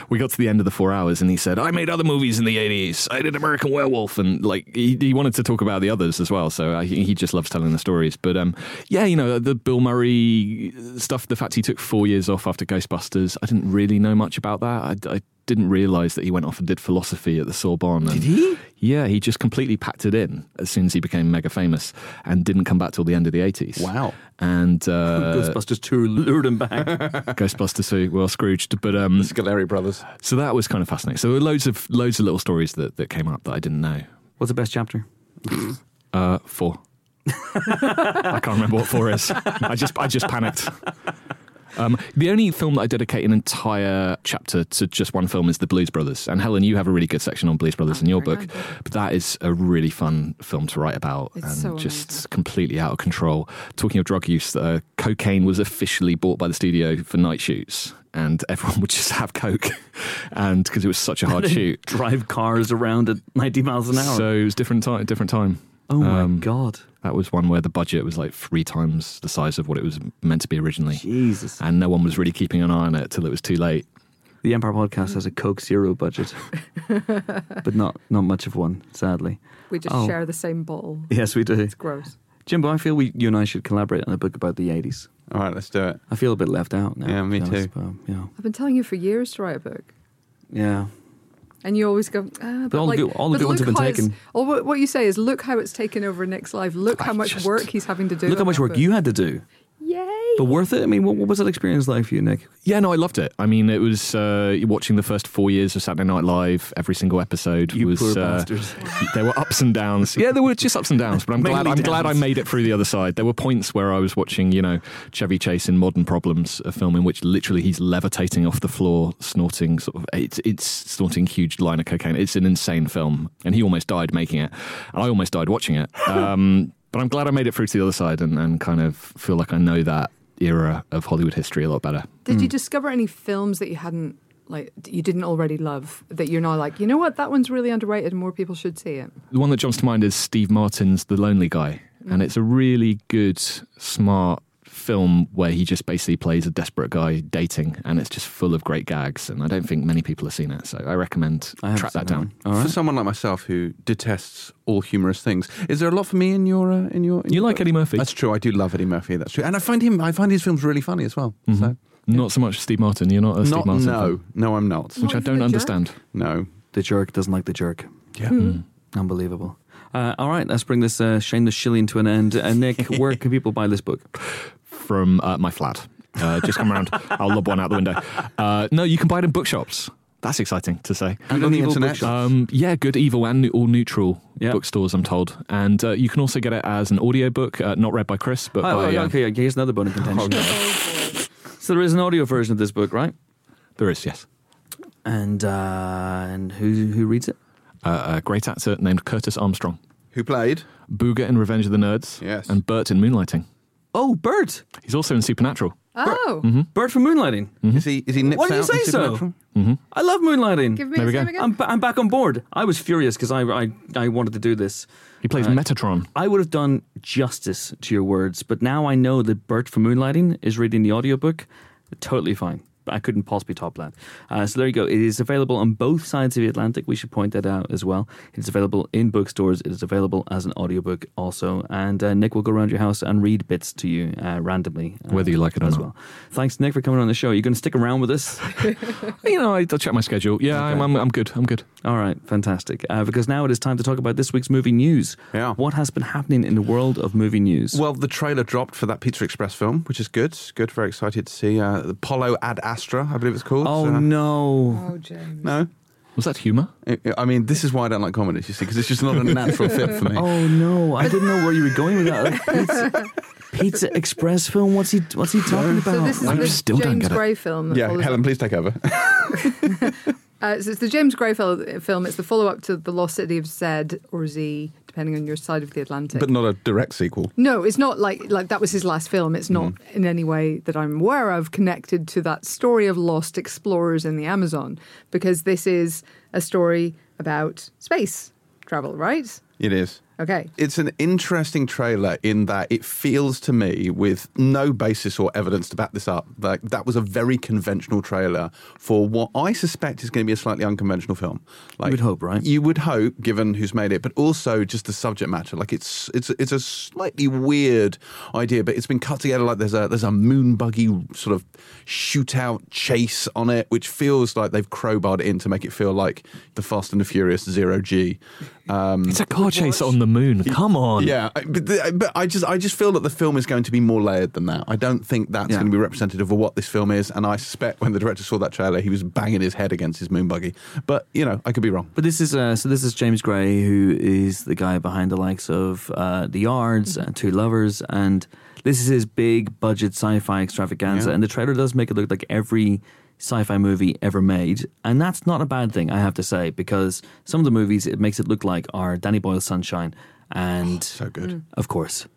[SPEAKER 4] we got to the end of the four hours, and he said, "I made other movies in the '80s. I did American Werewolf," and like he, he wanted to talk about the others as well. So I, he just loves telling the stories. But um, yeah, you know the Bill Murray stuff. The fact he took four years off after Ghostbusters, I didn't really know much about that. I, I didn't realize that he went off and did philosophy at the Sorbonne. Did he? Yeah, he just completely packed it in as soon as he became mega famous, and didn't come back till the end of the '80s.
[SPEAKER 5] Wow.
[SPEAKER 4] And uh,
[SPEAKER 1] Ghostbusters two lured him back.
[SPEAKER 4] Ghostbusters who well Scrooged, but um,
[SPEAKER 5] Scaleri brothers.
[SPEAKER 4] so that was kind of fascinating. So there were loads of loads of little stories that, that came up that I didn't know.
[SPEAKER 1] What's the best chapter?
[SPEAKER 4] Uh, four. I can't remember what four is. I just I just panicked. Um, the only film that I dedicate an entire chapter to just one film is The Blues Brothers. And Helen, you have a really good section on Blues Brothers in your
[SPEAKER 3] very
[SPEAKER 4] book.
[SPEAKER 3] good.
[SPEAKER 4] But that is a really fun film to write about
[SPEAKER 3] It's
[SPEAKER 4] and
[SPEAKER 3] so
[SPEAKER 4] just
[SPEAKER 3] amazing.
[SPEAKER 4] completely out of control. Talking of drug use, uh, cocaine was officially bought by the studio for night shoots. And everyone would just have coke, and because it was such a hard shoot,
[SPEAKER 1] Drive cars around at ninety miles an hour.
[SPEAKER 4] so it was different time. Different time.
[SPEAKER 1] oh my
[SPEAKER 4] um,
[SPEAKER 1] god,
[SPEAKER 4] That was one where the budget was like three times the size of what it was meant to be originally,
[SPEAKER 1] Jesus!
[SPEAKER 4] and no one was really keeping an eye on it till it was too late.
[SPEAKER 1] The Empire podcast has a Coke Zero budget, but not not much of one, sadly.
[SPEAKER 3] We just
[SPEAKER 1] Oh.
[SPEAKER 3] share the same bottle.
[SPEAKER 1] Yes, we do.
[SPEAKER 3] It's gross.
[SPEAKER 1] Jimbo, I feel we, you and I should collaborate on a book about the '80s.
[SPEAKER 5] All right, let's do it.
[SPEAKER 1] I feel a bit left out now.
[SPEAKER 5] Yeah,
[SPEAKER 1] to
[SPEAKER 5] me
[SPEAKER 1] be honest,
[SPEAKER 5] too.
[SPEAKER 1] but, yeah,
[SPEAKER 3] I've been telling you for years to write a book.
[SPEAKER 1] yeah.
[SPEAKER 3] And you always go, ah, but,
[SPEAKER 1] all the
[SPEAKER 3] like,
[SPEAKER 1] good- all the
[SPEAKER 3] but
[SPEAKER 1] good ones
[SPEAKER 3] look
[SPEAKER 1] have been
[SPEAKER 3] how it's-
[SPEAKER 1] taken.
[SPEAKER 3] Or what, what you say is, look how it's taken over Nick's life. Look how much work he's having to do.
[SPEAKER 1] Look how
[SPEAKER 3] on
[SPEAKER 1] much
[SPEAKER 3] that
[SPEAKER 1] work
[SPEAKER 3] book.
[SPEAKER 1] you had to do,
[SPEAKER 3] Yay!
[SPEAKER 1] but worth it. I mean, what, what was that experience like for you, Nick?
[SPEAKER 4] Yeah, no, I loved it. I mean, it was uh, watching the first four years of Saturday Night Live. Every single episode
[SPEAKER 1] You
[SPEAKER 4] was.
[SPEAKER 1] poor
[SPEAKER 4] uh,
[SPEAKER 1] bastard.
[SPEAKER 4] there were ups and downs. Yeah, there were just ups and downs. But I'm glad. I'm
[SPEAKER 1] Mainly
[SPEAKER 4] glad I
[SPEAKER 1] downs.
[SPEAKER 4] made it through the other side. There were points where I was watching, you know, Chevy Chase in Modern Problems, a film in which literally he's levitating off the floor, snorting sort of it's it's snorting huge line of cocaine. It's an insane film, and he almost died making it. And I almost died watching it. Um, but I'm glad I made it through to the other side and, and kind of feel like I know that era of Hollywood history a lot better.
[SPEAKER 3] Did you discover any films that you hadn't like that you didn't already love that you're now like, you know what, that one's really underrated and more people should see it.
[SPEAKER 4] The one that jumps to mind is Steve Martin's The Lonely Guy. And it's a really good, smart film where he just basically plays a desperate guy dating and it's just full of great gags. And I don't think many people have seen it. So I recommend
[SPEAKER 1] I haven't
[SPEAKER 4] track
[SPEAKER 1] seen
[SPEAKER 4] that down.
[SPEAKER 1] one. All
[SPEAKER 5] For
[SPEAKER 1] right.
[SPEAKER 5] someone like myself who detests all humorous things, is there a lot for me in your uh, in your? In
[SPEAKER 4] You
[SPEAKER 5] your
[SPEAKER 4] like
[SPEAKER 5] book?
[SPEAKER 4] Eddie Murphy?
[SPEAKER 5] That's true. I do love Eddie Murphy. That's true. And I find him. I find his films really funny as well.
[SPEAKER 1] Mm-hmm.
[SPEAKER 5] So
[SPEAKER 4] Mm-hmm. Not so much Steve Martin. You're not a Steve
[SPEAKER 5] not
[SPEAKER 4] Martin.
[SPEAKER 5] no,
[SPEAKER 4] fan,
[SPEAKER 5] no, I'm not.
[SPEAKER 4] which
[SPEAKER 3] Not
[SPEAKER 4] I
[SPEAKER 3] even
[SPEAKER 4] don't
[SPEAKER 3] a jerk?
[SPEAKER 4] understand. Mm.
[SPEAKER 5] No.
[SPEAKER 1] The jerk doesn't like the jerk.
[SPEAKER 3] Hmm.
[SPEAKER 5] Yeah.
[SPEAKER 4] Mm-hmm.
[SPEAKER 1] Unbelievable. Uh, all right, let's bring this uh, shameless shilling to an end. Uh, Nick, where can people buy this book?
[SPEAKER 4] From uh, my flat. Uh, just come around. I'll lob one out the window. Uh, no, you can buy it in bookshops. That's exciting to say.
[SPEAKER 5] And on the internet.
[SPEAKER 4] Um, yeah, Good Evil and New- All Neutral
[SPEAKER 1] Yeah.
[SPEAKER 4] bookstores, I'm told. And uh, you can also get it as an audiobook, uh, not read by Chris,
[SPEAKER 1] Oh,
[SPEAKER 4] but by.
[SPEAKER 1] oh,
[SPEAKER 4] uh, Oh,
[SPEAKER 1] okay, okay, here's another bone of contention. so there is an audio version of this book, right?
[SPEAKER 4] There is, yes.
[SPEAKER 1] And uh, and who who reads it?
[SPEAKER 4] Uh, a great actor named Curtis Armstrong.
[SPEAKER 5] Who played?
[SPEAKER 4] Booger in Revenge of the Nerds.
[SPEAKER 5] Yes.
[SPEAKER 4] And Bert in Moonlighting.
[SPEAKER 1] Oh, Bert.
[SPEAKER 4] He's also in Supernatural.
[SPEAKER 3] Oh,
[SPEAKER 1] Bert from Moonlighting.
[SPEAKER 4] Hmm.
[SPEAKER 5] Is he? Is he
[SPEAKER 1] Mm-hmm.
[SPEAKER 5] nipped
[SPEAKER 1] Why do you
[SPEAKER 5] out in
[SPEAKER 1] say so?
[SPEAKER 5] Supernatural?
[SPEAKER 4] Mm-hmm.
[SPEAKER 1] I love Moonlighting.
[SPEAKER 3] give me
[SPEAKER 4] There
[SPEAKER 3] his
[SPEAKER 4] we go.
[SPEAKER 3] name again.
[SPEAKER 1] I'm, ba- I'm back on board. I was furious because I, I I wanted to do this.
[SPEAKER 4] He plays
[SPEAKER 1] Uh,
[SPEAKER 4] Metatron.
[SPEAKER 1] I would have done justice to your words, but now I know that Bert from Moonlighting is reading the audiobook. Totally fine. I couldn't possibly top that. Uh, so there you go. It is available on both sides of the Atlantic. We should point that out as well. It's available in bookstores. It is available as an audiobook also. And uh, Nick will go around your house and read bits to you uh, randomly. uh,
[SPEAKER 4] Whether you like it or
[SPEAKER 1] as
[SPEAKER 4] not.
[SPEAKER 1] well. Thanks, Nick, for coming on the show. Are you going to stick around with us?
[SPEAKER 4] You know, I, I'll check my schedule. Yeah, I'm, I'm, I'm good. I'm good.
[SPEAKER 1] All right, fantastic. Uh, because now it is time to talk about this week's movie news.
[SPEAKER 5] Yeah.
[SPEAKER 1] What has been happening in the world of movie news?
[SPEAKER 5] Well, the trailer dropped for that Pizza Express film, which is good. Good. Very excited to see uh, the Apollo Ad Astra, I believe it's called.
[SPEAKER 1] oh,
[SPEAKER 5] Uh,
[SPEAKER 1] no.
[SPEAKER 3] oh, James.
[SPEAKER 5] No.
[SPEAKER 4] Was that humour?
[SPEAKER 5] I- I mean, this is why I don't like comedies, you see, because it's just not a natural fit for me.
[SPEAKER 1] Oh no! I didn't know where you were going with that. Pizza, Pizza Express film. What's he? What's he talking about?
[SPEAKER 3] So this is
[SPEAKER 4] I
[SPEAKER 3] the
[SPEAKER 4] still don't
[SPEAKER 3] James
[SPEAKER 4] get it.
[SPEAKER 3] Gray film. That
[SPEAKER 5] yeah,
[SPEAKER 3] follows
[SPEAKER 5] Helen, please take over.
[SPEAKER 3] Uh, so it's the James Gray fil- film. It's the follow up to The Lost City of Z or Z, depending on your side of the Atlantic.
[SPEAKER 5] but not a direct sequel.
[SPEAKER 3] no, it's not like like that was his last film. It's not
[SPEAKER 1] Mm-hmm.
[SPEAKER 3] in any way that I'm aware of connected to that story of lost explorers in the Amazon, because this is a story about space travel, right?
[SPEAKER 5] It is.
[SPEAKER 3] Okay.
[SPEAKER 5] It's an interesting trailer in that it feels to me, with no basis or evidence to back this up, that that was a very conventional trailer for what I suspect is going to be a slightly unconventional film. Like,
[SPEAKER 1] would hope, right?
[SPEAKER 5] You would hope, given who's made it, but also just the subject matter. Like it's it's it's a slightly weird idea, but it's been cut together like there's a there's a moon buggy sort of shootout chase on it, which feels like they've crowbarred it in to make it feel like the Fast and the Furious zero G. Um,
[SPEAKER 4] It's a car chase on the moon. Come on.
[SPEAKER 5] yeah, I- but, th- but I just I just feel that the film is going to be more layered than that. I don't think that's
[SPEAKER 1] Yeah.
[SPEAKER 5] going to be representative of what this film is, and I suspect when the director saw that trailer, he was banging his head against his moon buggy. But you know, I could be wrong.
[SPEAKER 1] But this is uh, so. This is James Gray, who is the guy behind the likes of uh, The Yards and Two Lovers, and this is his big budget sci-fi extravaganza.
[SPEAKER 5] Yeah.
[SPEAKER 1] And the trailer does make it look like every sci-fi movie ever made, and that's not a bad thing, I have to say, because some of the movies it makes it look like are Danny Boyle's Sunshine and,
[SPEAKER 5] So good.
[SPEAKER 1] of course,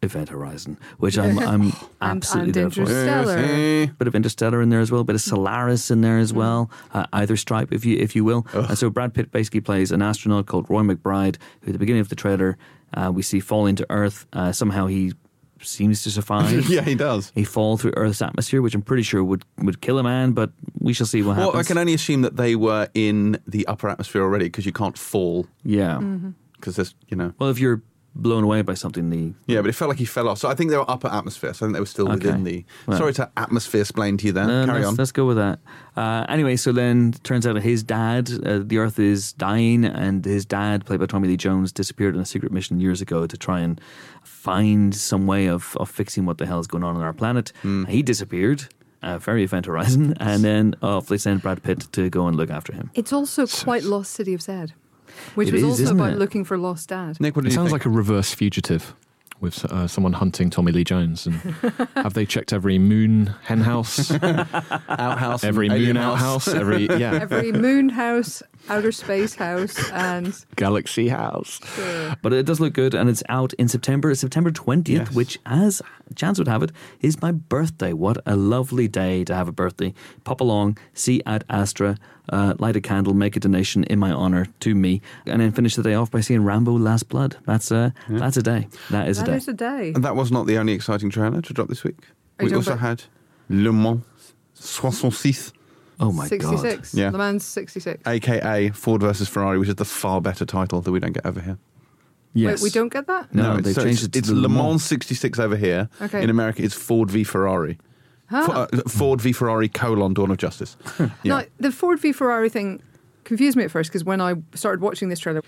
[SPEAKER 1] Event Horizon, which I'm I'm absolutely there
[SPEAKER 3] and
[SPEAKER 1] for.
[SPEAKER 3] Interstellar.
[SPEAKER 5] eh.
[SPEAKER 1] Bit of Interstellar in there as well, bit of Solaris in there as well, uh, either stripe if you if you will. And so Brad Pitt basically plays an astronaut called Roy McBride, who at the beginning of the trailer uh, we see fall into Earth. Uh, somehow he seems to survive.
[SPEAKER 5] yeah, he does.
[SPEAKER 1] A fall through Earth's atmosphere, which I'm pretty sure would, would kill a man, but we shall see what happens.
[SPEAKER 5] Well, I can only assume that they were in the upper atmosphere already because you can't fall
[SPEAKER 1] yeah.
[SPEAKER 5] because there's, you know.
[SPEAKER 1] Well, if you're blown away by something, the
[SPEAKER 5] Yeah, but it felt like he fell off. So I think they were upper atmosphere. So I think they were still within the.
[SPEAKER 1] Well.
[SPEAKER 5] Sorry to atmosphere splain to you there.
[SPEAKER 1] No,
[SPEAKER 5] Carry
[SPEAKER 1] let's,
[SPEAKER 5] on.
[SPEAKER 1] let's go with that. Uh, anyway, so then it turns out that his dad, uh, the Earth is dying, and his dad, played by Tommy Lee Jones, disappeared on a secret mission years ago to try and find some way of, of fixing what the hell is going on on our planet.
[SPEAKER 5] Hmm.
[SPEAKER 1] He disappeared. Uh, very Event Horizon, and then off they send Brad Pitt to go and look after him.
[SPEAKER 3] It's also quite Lost City of Zed, which
[SPEAKER 1] It
[SPEAKER 3] was
[SPEAKER 1] is,
[SPEAKER 3] also
[SPEAKER 1] isn't
[SPEAKER 3] about
[SPEAKER 1] it?
[SPEAKER 3] looking for lost dad.
[SPEAKER 5] Nick, what did
[SPEAKER 4] It
[SPEAKER 5] you
[SPEAKER 4] sounds
[SPEAKER 5] think?
[SPEAKER 4] like a reverse fugitive with uh, someone hunting Tommy Lee Jones. And have they checked every moon hen house,
[SPEAKER 5] outhouse. and
[SPEAKER 4] every
[SPEAKER 5] alien
[SPEAKER 4] moon outhouse,
[SPEAKER 5] house.
[SPEAKER 4] every yeah
[SPEAKER 3] Every moon house, outer space house, and
[SPEAKER 4] galaxy house?
[SPEAKER 1] But it does look good, and it's out in September, September 20th,
[SPEAKER 5] Yes.
[SPEAKER 1] which, as chance would have it, is my birthday. What a lovely day to have a birthday. Pop along, see at Astra, uh, light a candle, make a donation in my honor to me, and then finish the day off by seeing Rambo Last Blood. That's a, that's a day. That is a
[SPEAKER 3] that
[SPEAKER 1] day.
[SPEAKER 3] is a day.
[SPEAKER 5] And that was not the only exciting trailer to drop this week.
[SPEAKER 3] Are you
[SPEAKER 5] we
[SPEAKER 3] talking
[SPEAKER 5] also
[SPEAKER 3] about-
[SPEAKER 5] had Le Mans 66,
[SPEAKER 1] oh my God.
[SPEAKER 3] 66.
[SPEAKER 5] Yeah.
[SPEAKER 3] The man's 66.
[SPEAKER 5] aka Ford versus Ferrari, which is the far better title that we don't get over here.
[SPEAKER 1] Yes.
[SPEAKER 3] Wait, we don't get that?
[SPEAKER 1] No,
[SPEAKER 5] it's,
[SPEAKER 1] they've
[SPEAKER 5] so
[SPEAKER 1] changed
[SPEAKER 5] it's,
[SPEAKER 1] it to
[SPEAKER 5] it's
[SPEAKER 1] the
[SPEAKER 5] Le
[SPEAKER 1] Le Mans.
[SPEAKER 5] Mans 66 over here.
[SPEAKER 3] Okay.
[SPEAKER 5] In America, it's Ford v Ferrari.
[SPEAKER 3] Huh.
[SPEAKER 5] F- uh, Ford v Ferrari colon Dawn of Justice.
[SPEAKER 3] No, the Ford v Ferrari thing confused me at first because when I started watching this trailer,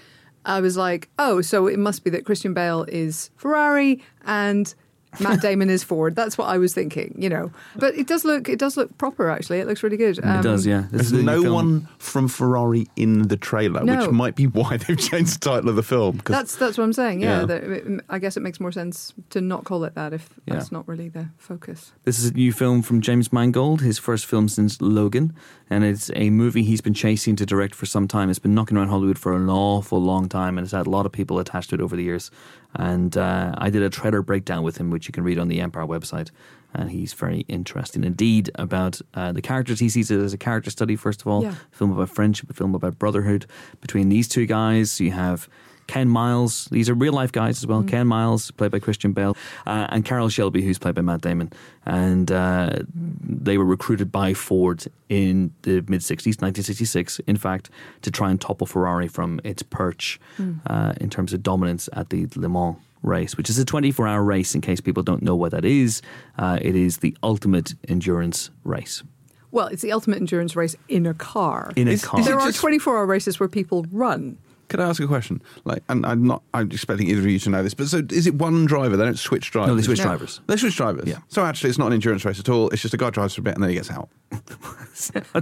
[SPEAKER 3] I was like, oh, so it must be that Christian Bale is Ferrari and Matt Damon is Ford. That's what I was thinking, you know. But it does look it does look proper actually. It looks really good. Um,
[SPEAKER 1] it does, yeah. This
[SPEAKER 5] There's
[SPEAKER 1] is a new
[SPEAKER 5] no
[SPEAKER 1] film.
[SPEAKER 5] one from Ferrari in the trailer,
[SPEAKER 3] No.
[SPEAKER 5] which might be why they've changed the title of the film. 'cause-
[SPEAKER 3] That's that's what I'm saying. Yeah,
[SPEAKER 5] Yeah.
[SPEAKER 3] that- it- I guess it makes more sense to not call it that if
[SPEAKER 1] Yeah.
[SPEAKER 3] that's not really the focus.
[SPEAKER 1] This is a new film from James Mangold, his first film since Logan, and it's a movie he's been chasing to direct for some time. It's been knocking around Hollywood for an awful long time, and it's had a lot of people attached to it over the years. And uh, I did a trailer breakdown with him, which you can read on the Empire website, and he's very interesting indeed about uh, the characters. He sees it as a character study, first of all,
[SPEAKER 3] Yeah.
[SPEAKER 1] a film about friendship, a film about brotherhood between these two guys. You have Ken Miles. These are real life guys as well. Ken Miles, played by Christian Bale, uh, and Carol Shelby, who's played by Matt Damon. And uh, they were recruited by Ford in the mid 60s, 1966, in fact, to try and topple Ferrari from its perch uh, in terms of dominance at the Le Mans race, which is a 24 hour race, in case people don't know what that is. Uh, it is the ultimate endurance race
[SPEAKER 3] Well, it's the ultimate endurance race in a car.
[SPEAKER 1] in a
[SPEAKER 5] Is-
[SPEAKER 1] car.
[SPEAKER 5] is it
[SPEAKER 3] there are
[SPEAKER 5] just-
[SPEAKER 3] 24 hour races where people run.
[SPEAKER 5] Could I ask a question? Like, and I'm not, I'm expecting either of you to know this, but so is it one driver? They don't switch drivers.
[SPEAKER 1] no, they switch
[SPEAKER 3] No.
[SPEAKER 1] drivers.
[SPEAKER 5] They switch drivers.
[SPEAKER 1] Yeah.
[SPEAKER 5] So actually, it's not an endurance race at all. It's just a guy drives for a bit and then he gets out.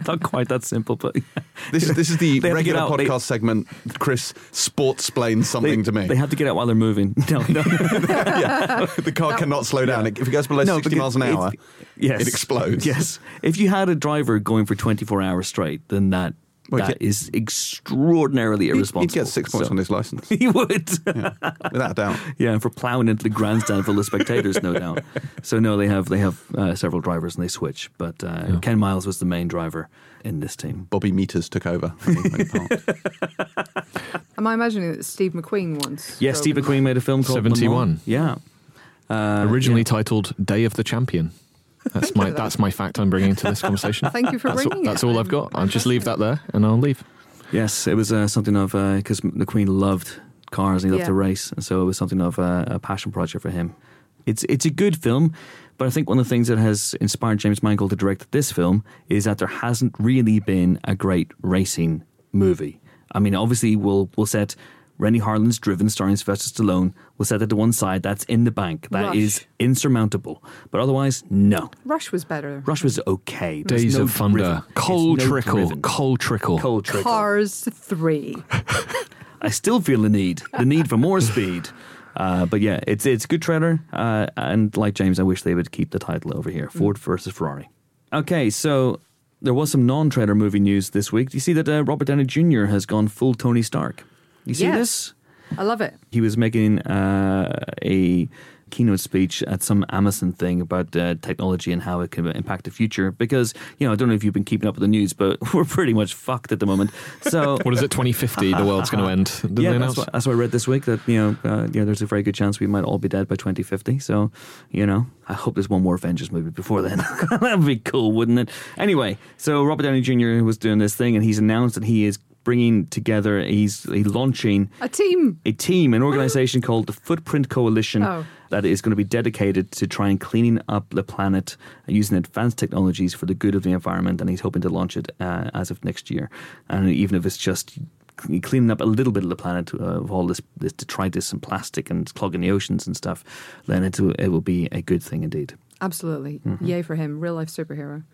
[SPEAKER 1] Not quite that simple, but
[SPEAKER 5] This is this is the
[SPEAKER 1] They have to get
[SPEAKER 5] regular
[SPEAKER 1] out. They-
[SPEAKER 5] podcast segment. Chris sports explains something
[SPEAKER 1] they,
[SPEAKER 5] to me.
[SPEAKER 1] They have to get out while they're moving. No, no.
[SPEAKER 5] yeah. The car cannot slow down. If it goes below
[SPEAKER 1] No,
[SPEAKER 5] sixty
[SPEAKER 1] because
[SPEAKER 5] miles an
[SPEAKER 1] it's-
[SPEAKER 5] hour,
[SPEAKER 1] yes.
[SPEAKER 5] it explodes.
[SPEAKER 1] Yes. If you had a driver going for 24 hours straight, then that
[SPEAKER 5] Well,
[SPEAKER 1] that
[SPEAKER 5] he-
[SPEAKER 1] is extraordinarily
[SPEAKER 5] He'd-
[SPEAKER 1] irresponsible.
[SPEAKER 5] He'd get six points
[SPEAKER 1] So-
[SPEAKER 5] on his license,
[SPEAKER 1] He would.
[SPEAKER 5] without a doubt.
[SPEAKER 1] Yeah, and for plowing into the grandstand full of spectators, no doubt. So no, they have they have uh, several drivers and they switch. But uh, Ken Miles was the main driver in this team.
[SPEAKER 5] Bobby Meters took over. when he- when he parked.
[SPEAKER 3] Am I imagining that Steve McQueen once?
[SPEAKER 1] Yeah,
[SPEAKER 3] drove
[SPEAKER 1] Steve
[SPEAKER 3] in-
[SPEAKER 1] McQueen made a film called Le Mans.
[SPEAKER 4] 71.
[SPEAKER 1] Yeah, uh,
[SPEAKER 4] Originally
[SPEAKER 1] yeah.
[SPEAKER 4] titled "Day of the Champion." That's
[SPEAKER 3] Thank
[SPEAKER 4] my
[SPEAKER 3] you.
[SPEAKER 4] that's my fact I'm bringing to this conversation.
[SPEAKER 3] Thank you for
[SPEAKER 4] that's
[SPEAKER 3] bringing
[SPEAKER 4] all, that's
[SPEAKER 3] it.
[SPEAKER 4] all I've
[SPEAKER 3] I'm-
[SPEAKER 4] got. I'll
[SPEAKER 3] I'm
[SPEAKER 4] just leave that
[SPEAKER 3] fascinated.
[SPEAKER 4] there, and I'll leave.
[SPEAKER 1] Yes, it was uh, something of because the Queen loved cars and he loved to
[SPEAKER 3] Yeah.
[SPEAKER 1] race, and so it was something of uh, a passion project for him. It's it's a good film, but I think one of the things that has inspired James Mangold to direct this film is that there hasn't really been a great racing movie. I mean, obviously we'll we'll set Rennie Harlan's Driven, starring Sylvester Stallone. We'll set that to one side. That's in the bank. That is
[SPEAKER 3] Rush.
[SPEAKER 1] insurmountable. But otherwise, no.
[SPEAKER 3] Rush was better.
[SPEAKER 1] Rush was okay. There's
[SPEAKER 4] Days
[SPEAKER 1] no
[SPEAKER 4] of Thunder,
[SPEAKER 1] Driven.
[SPEAKER 4] Coal
[SPEAKER 1] It's no
[SPEAKER 4] Trickle,
[SPEAKER 1] Driven.
[SPEAKER 4] Coal Trickle.
[SPEAKER 1] Coal trickle.
[SPEAKER 3] Cars three.
[SPEAKER 1] I still feel the need, the need for more speed. Uh, but yeah, it's it's a good trailer, uh, and like James, I wish they would keep the title over here: Ford versus Ferrari. Okay, so there was some non-trailer movie news this week. Do you see that uh, Robert Downey Jr. has gone full Tony Stark? You see
[SPEAKER 3] Yes.
[SPEAKER 1] this?
[SPEAKER 3] I love it.
[SPEAKER 1] He was making uh, a keynote speech at some Amazon thing about uh, technology and how it can impact the future. Because you know, I don't know if you've been keeping up with the news, but we're pretty much fucked at the moment. So
[SPEAKER 4] What is it? 2050, the world's going to end. Didn't
[SPEAKER 1] yeah, that's
[SPEAKER 4] they announce?
[SPEAKER 1] what, that's what I read this week. That you know, uh, you know, there's a very good chance we might all be dead by 2050. So, you know, I hope there's one more Avengers movie before then. That'd be cool, wouldn't it? Anyway, so Robert Downey Jr. was doing this thing, and he's announced that he is bringing together. He's, he's launching
[SPEAKER 3] A team.
[SPEAKER 1] a team, an organization called the Footprint Coalition
[SPEAKER 3] Oh.
[SPEAKER 1] that is going to be dedicated to trying cleaning up the planet using advanced technologies for the good of the environment. And he's hoping to launch it uh, as of next year. And even if it's just cl- cleaning up a little bit of the planet uh, of all this, this detritus and plastic and clogging the oceans and stuff, then it, will- it will be a good thing indeed.
[SPEAKER 3] Absolutely.
[SPEAKER 4] Mm-hmm.
[SPEAKER 3] Yay for him. Real life superhero.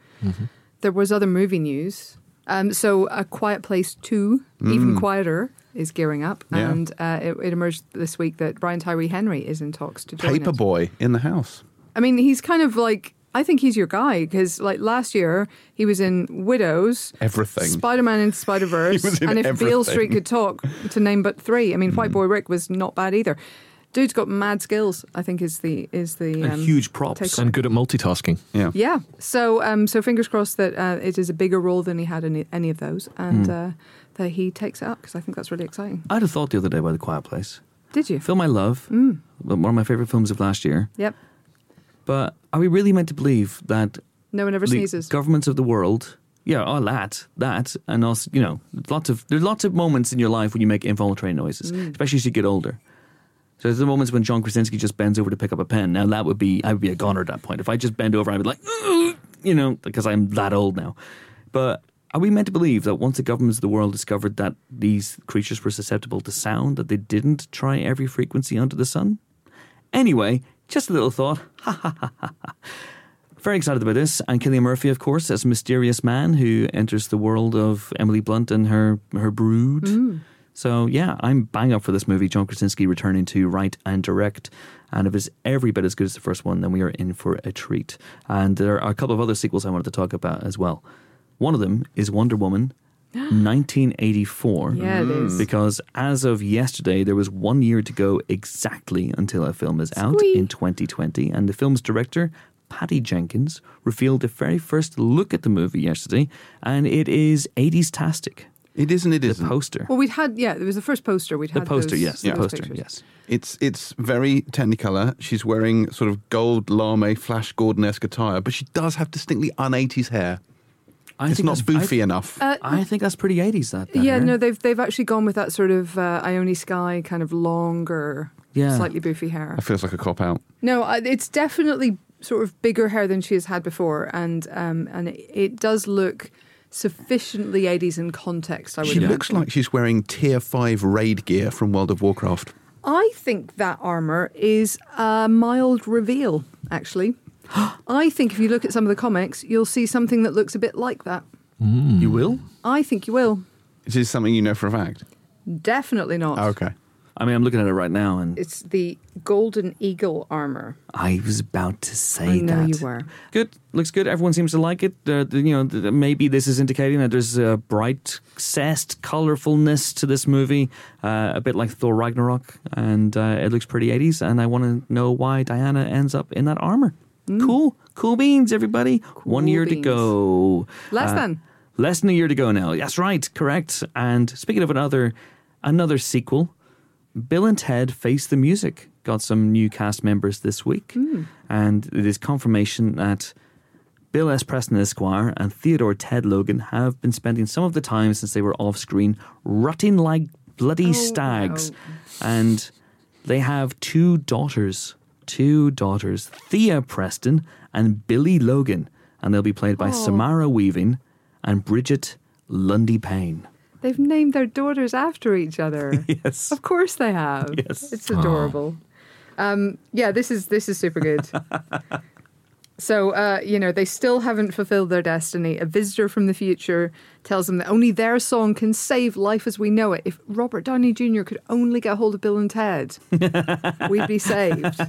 [SPEAKER 3] There was other movie news. Um, so, A Quiet Place 2,
[SPEAKER 4] Mm.
[SPEAKER 3] even quieter, is gearing up.
[SPEAKER 5] Yeah.
[SPEAKER 3] And uh, it, it emerged this week that Brian Tyree Henry is in talks to join. it.
[SPEAKER 5] Paperboy in the house.
[SPEAKER 3] I mean, he's kind of like I think he's your guy because like last year he was in Widows,
[SPEAKER 5] Everything.
[SPEAKER 3] Spider Man and Spider Verse,
[SPEAKER 5] He was in
[SPEAKER 3] and if Beale
[SPEAKER 5] everything.
[SPEAKER 3] Street could talk, to name but three. I mean,
[SPEAKER 1] Mm.
[SPEAKER 3] White Boy Rick was not bad either. Dude's got mad skills. I think is the is the um,
[SPEAKER 1] huge props.
[SPEAKER 3] take-
[SPEAKER 4] And good at multitasking.
[SPEAKER 5] Yeah.
[SPEAKER 3] yeah. So um, so fingers crossed that uh, it is a bigger role than he had in any of those, and
[SPEAKER 1] Mm.
[SPEAKER 3] uh, that he takes it up because I think that's really exciting.
[SPEAKER 1] I had a thought the other day about The Quiet Place.
[SPEAKER 3] Did you?
[SPEAKER 1] Film I love, mm. one of my favorite films of last year.
[SPEAKER 3] Yep.
[SPEAKER 1] But are we really meant to believe that
[SPEAKER 3] No one ever
[SPEAKER 1] the
[SPEAKER 3] sneezes.
[SPEAKER 1] Governments of the world. Yeah, oh that, that, and also you know, lots of there's lots of moments in your life when you make involuntary noises, especially as you get older. So there's the moments when John Krasinski just bends over to pick up a pen. Now that would be I would be a goner at that point. If I just bend over, I would like, you know, because I'm that old now. But are we meant to believe that once the governments of the world discovered that these creatures were susceptible to sound, that they didn't try every frequency under the sun? Anyway, just a little thought. Very excited about this. And Killian Murphy, of course, as a mysterious man who enters the world of Emily Blunt and her, her brood.
[SPEAKER 3] Mm.
[SPEAKER 1] So, yeah, I'm bang up for this movie. John Krasinski returning to write and direct. And if it's every bit as good as the first one, then we are in for a treat. And there are a couple of other sequels I wanted to talk about as well. One of them is Wonder Woman 1984
[SPEAKER 3] Yeah, it is.
[SPEAKER 1] because as of yesterday, there was one year to go exactly until a film is out
[SPEAKER 3] Squee.
[SPEAKER 1] in 2020. And the film's director, Patty Jenkins, revealed the very first look at the movie yesterday, and it is 80s tastic.
[SPEAKER 5] It isn't. It
[SPEAKER 1] The
[SPEAKER 5] isn't.
[SPEAKER 1] poster.
[SPEAKER 3] Well, we'd had yeah. It was the first poster we'd
[SPEAKER 1] The
[SPEAKER 3] had.
[SPEAKER 1] poster,
[SPEAKER 3] those-
[SPEAKER 1] yes. The
[SPEAKER 3] those
[SPEAKER 1] poster,
[SPEAKER 3] pictures.
[SPEAKER 1] yes.
[SPEAKER 5] It's it's very technicolor. She's wearing sort of gold lame Flash Gordon esque attire, but she does have distinctly un 80s hair.
[SPEAKER 1] I
[SPEAKER 5] it's not
[SPEAKER 1] that's-
[SPEAKER 5] boofy enough.
[SPEAKER 3] Uh,
[SPEAKER 1] I, I think that's pretty 80s, that. that
[SPEAKER 3] Yeah,
[SPEAKER 1] hair.
[SPEAKER 3] no, they've they've actually gone with that sort of uh, Ione Sky kind of longer,
[SPEAKER 1] Yeah.
[SPEAKER 3] slightly boofy hair.
[SPEAKER 5] that feels like a cop out.
[SPEAKER 3] No, I- it's definitely sort of bigger hair than she has had before, and um, and it, it does look sufficiently eighties in context. I would.
[SPEAKER 5] She
[SPEAKER 3] imagine.
[SPEAKER 5] looks like she's wearing tier five raid gear from World of Warcraft.
[SPEAKER 3] I think that armor is a mild reveal, actually. I think if you look at some of the comics, you'll see something that looks a bit like that.
[SPEAKER 1] You will?
[SPEAKER 3] I think you will.
[SPEAKER 5] Is this something you know for a fact?
[SPEAKER 3] Definitely not.
[SPEAKER 5] Okay.
[SPEAKER 1] I mean, I'm looking at it right now, and
[SPEAKER 3] It's the Golden Eagle armor.
[SPEAKER 1] I was about to say
[SPEAKER 3] I know
[SPEAKER 1] that.
[SPEAKER 3] you were.
[SPEAKER 1] Good, looks good. Everyone seems to like it. Uh, the- you know, th- maybe this is indicating that there's a bright zest, colorfulness to this movie, uh, a bit like Thor Ragnarok, and uh, it looks pretty 80s. And I want to know why Diana ends up in that armor. Cool, cool beans, everybody. One
[SPEAKER 3] Mm. Cool
[SPEAKER 1] year to
[SPEAKER 3] beans.
[SPEAKER 1] go.
[SPEAKER 3] Less
[SPEAKER 1] Uh,
[SPEAKER 3] than.
[SPEAKER 1] less than a year to go now. That's right, correct. And speaking of another, another sequel. Bill and Ted Face the Music got some new cast members this week,
[SPEAKER 3] Hmm.
[SPEAKER 1] and it is confirmation that Bill S. Preston Esquire and Theodore Ted Logan have been spending some of the time since they were off screen rutting like bloody
[SPEAKER 3] Oh,
[SPEAKER 1] stags.
[SPEAKER 3] no.
[SPEAKER 1] And they have two daughters, two daughters, Thea Preston and Billy Logan, and they'll be played by Samara Weaving and Bridget Lundy Payne.
[SPEAKER 3] They've named their daughters after each other.
[SPEAKER 1] Yes.
[SPEAKER 3] Of course they have.
[SPEAKER 1] Yes.
[SPEAKER 3] It's adorable. Um, yeah, this is this is super good. so uh, you know they still haven't fulfilled their destiny. A visitor from the future tells them that only their song can save life as we know it. If Robert Downey Jr. could only get hold of Bill and Ted, we'd be saved.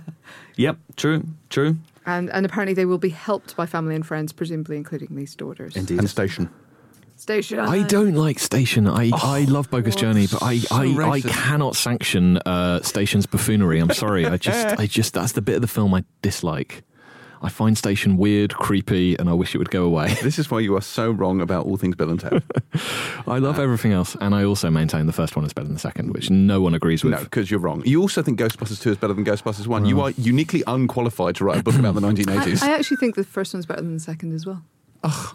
[SPEAKER 1] Yep, true, true.
[SPEAKER 3] And and apparently they will be helped by family and friends, presumably including these daughters.
[SPEAKER 5] And station.
[SPEAKER 3] Station.
[SPEAKER 4] I don't like Station. I,
[SPEAKER 3] Oh,
[SPEAKER 4] I love Bogus Journey, but I, I, I
[SPEAKER 5] racist.
[SPEAKER 4] cannot sanction uh, Station's buffoonery. I'm sorry. I just I just that's the bit of the film I dislike. I find Station weird, creepy, and I wish it would go away.
[SPEAKER 5] This is why you are so wrong about all things Bill and Ted.
[SPEAKER 4] I
[SPEAKER 3] Uh,
[SPEAKER 4] love everything else, and I also maintain the first one is better than the second, which no one agrees with.
[SPEAKER 5] no, because you're wrong. You also think Ghostbusters 2 is better than Ghostbusters 1. You are uniquely unqualified to write a book about the 1980s.
[SPEAKER 3] I, I actually think the first one's better than the second as well.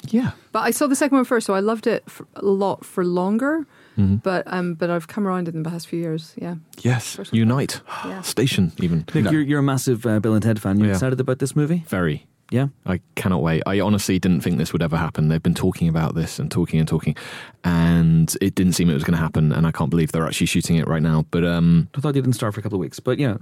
[SPEAKER 4] Yeah.
[SPEAKER 3] But I saw the second one first, so I loved it for, a lot for longer. But um, but I've come around it in the past few years. Yeah,
[SPEAKER 4] Yes.
[SPEAKER 3] First one.
[SPEAKER 4] Unite.
[SPEAKER 3] Yeah.
[SPEAKER 4] Station, even.
[SPEAKER 1] Nick,
[SPEAKER 5] No.
[SPEAKER 1] you're, you're a massive uh, Bill and Ted fan. You
[SPEAKER 4] Yeah.
[SPEAKER 1] excited about this movie?
[SPEAKER 4] Very.
[SPEAKER 1] Yeah.
[SPEAKER 4] I cannot wait. I honestly didn't think this would ever happen. They've been talking about this and talking and talking, and it didn't seem it was going to happen. And I can't believe they're actually shooting it right now. But um,
[SPEAKER 1] I thought you didn't start for a couple of weeks, but yeah,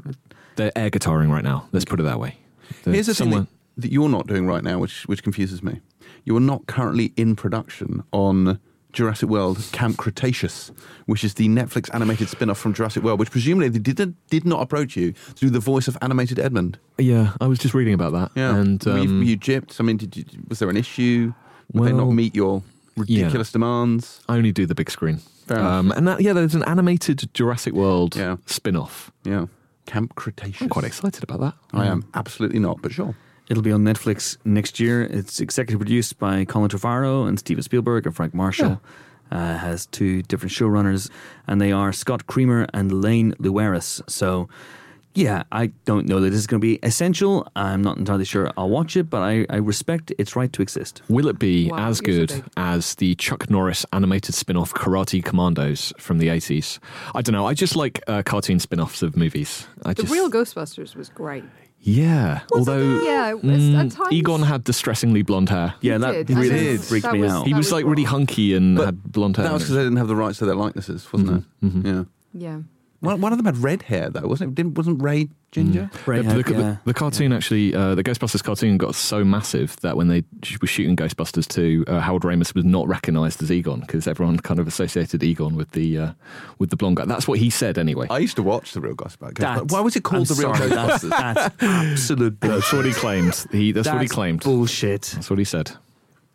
[SPEAKER 4] they're air guitaring right now. Let's put it that way. They're
[SPEAKER 5] Here's the
[SPEAKER 4] somewhere-
[SPEAKER 5] thing that, that you're not doing right now, which which confuses me. You are not currently in production on Jurassic World Camp Cretaceous, which is the Netflix animated spin-off from Jurassic World, which presumably they did did not approach you to do the voice of animated Edmund.
[SPEAKER 4] Yeah, I was just reading about that.
[SPEAKER 5] Yeah,
[SPEAKER 4] and
[SPEAKER 5] were, you,
[SPEAKER 4] um,
[SPEAKER 5] were you gypped? I mean, did you, was there an issue? Would they not
[SPEAKER 4] Well,
[SPEAKER 5] meet your ridiculous demands?
[SPEAKER 4] I only do the big screen. Um,
[SPEAKER 5] Fair enough.
[SPEAKER 4] and that, yeah, there's an animated Jurassic World
[SPEAKER 5] Yeah.
[SPEAKER 4] spin-off.
[SPEAKER 5] Yeah, Camp
[SPEAKER 4] I'm
[SPEAKER 5] Cretaceous.
[SPEAKER 4] quite excited about that.
[SPEAKER 5] I am absolutely not, but sure.
[SPEAKER 1] it'll be on Netflix next year. It's executive produced by Colin Trevorrow and Steven Spielberg and Frank Marshall. Uh, has two different showrunners, and they are Scott Creamer and Lane Luaris. So, yeah, I don't know that this is going to be essential. I'm not entirely sure I'll watch it, but I, I respect its right to exist.
[SPEAKER 4] Will it be
[SPEAKER 3] Wow,
[SPEAKER 4] as
[SPEAKER 3] you're
[SPEAKER 4] good
[SPEAKER 3] so big.
[SPEAKER 4] as the Chuck Norris animated spin off Karate Commandos from the 80s? I don't know. I just like uh, cartoon spin offs of movies. I
[SPEAKER 3] the
[SPEAKER 4] just,
[SPEAKER 3] real Ghostbusters was great.
[SPEAKER 4] Yeah. Although mm,
[SPEAKER 3] Yeah, it's- at times-
[SPEAKER 4] Egon had distressingly blonde hair.
[SPEAKER 1] Yeah,
[SPEAKER 3] It
[SPEAKER 1] that
[SPEAKER 3] did. I
[SPEAKER 1] really
[SPEAKER 3] know.
[SPEAKER 5] did
[SPEAKER 1] freaked
[SPEAKER 3] That
[SPEAKER 1] me
[SPEAKER 3] was-
[SPEAKER 1] out.
[SPEAKER 4] He
[SPEAKER 3] That
[SPEAKER 4] was like
[SPEAKER 3] wrong.
[SPEAKER 4] really hunky and
[SPEAKER 5] But
[SPEAKER 4] had blonde hair. Mm-hmm.
[SPEAKER 5] That was because they didn't have the rights to their likenesses, wasn't it? Yeah.
[SPEAKER 3] Yeah,
[SPEAKER 5] One, one of them had red hair though, wasn't it? Didn't, wasn't Ray ginger?
[SPEAKER 1] Right,
[SPEAKER 4] the, the-
[SPEAKER 1] yeah.
[SPEAKER 4] the- the cartoon actually, uh, the Ghostbusters cartoon got so massive that when they sh- were shooting Ghostbusters 2, uh, Harold Ramis was not recognised as Egon because everyone kind of associated Egon with the uh, with the blonde guy. That's what he said anyway.
[SPEAKER 5] I used to watch the Real Ghostbusters.
[SPEAKER 1] That-
[SPEAKER 5] Why was it called
[SPEAKER 1] I'm
[SPEAKER 5] the Real
[SPEAKER 1] sorry, that's-
[SPEAKER 5] Ghostbusters?
[SPEAKER 1] That's absolute bullshit.
[SPEAKER 4] That's what he claimed. He, that's, what he
[SPEAKER 1] That's
[SPEAKER 4] claimed.
[SPEAKER 1] Bullshit.
[SPEAKER 4] that's what he said.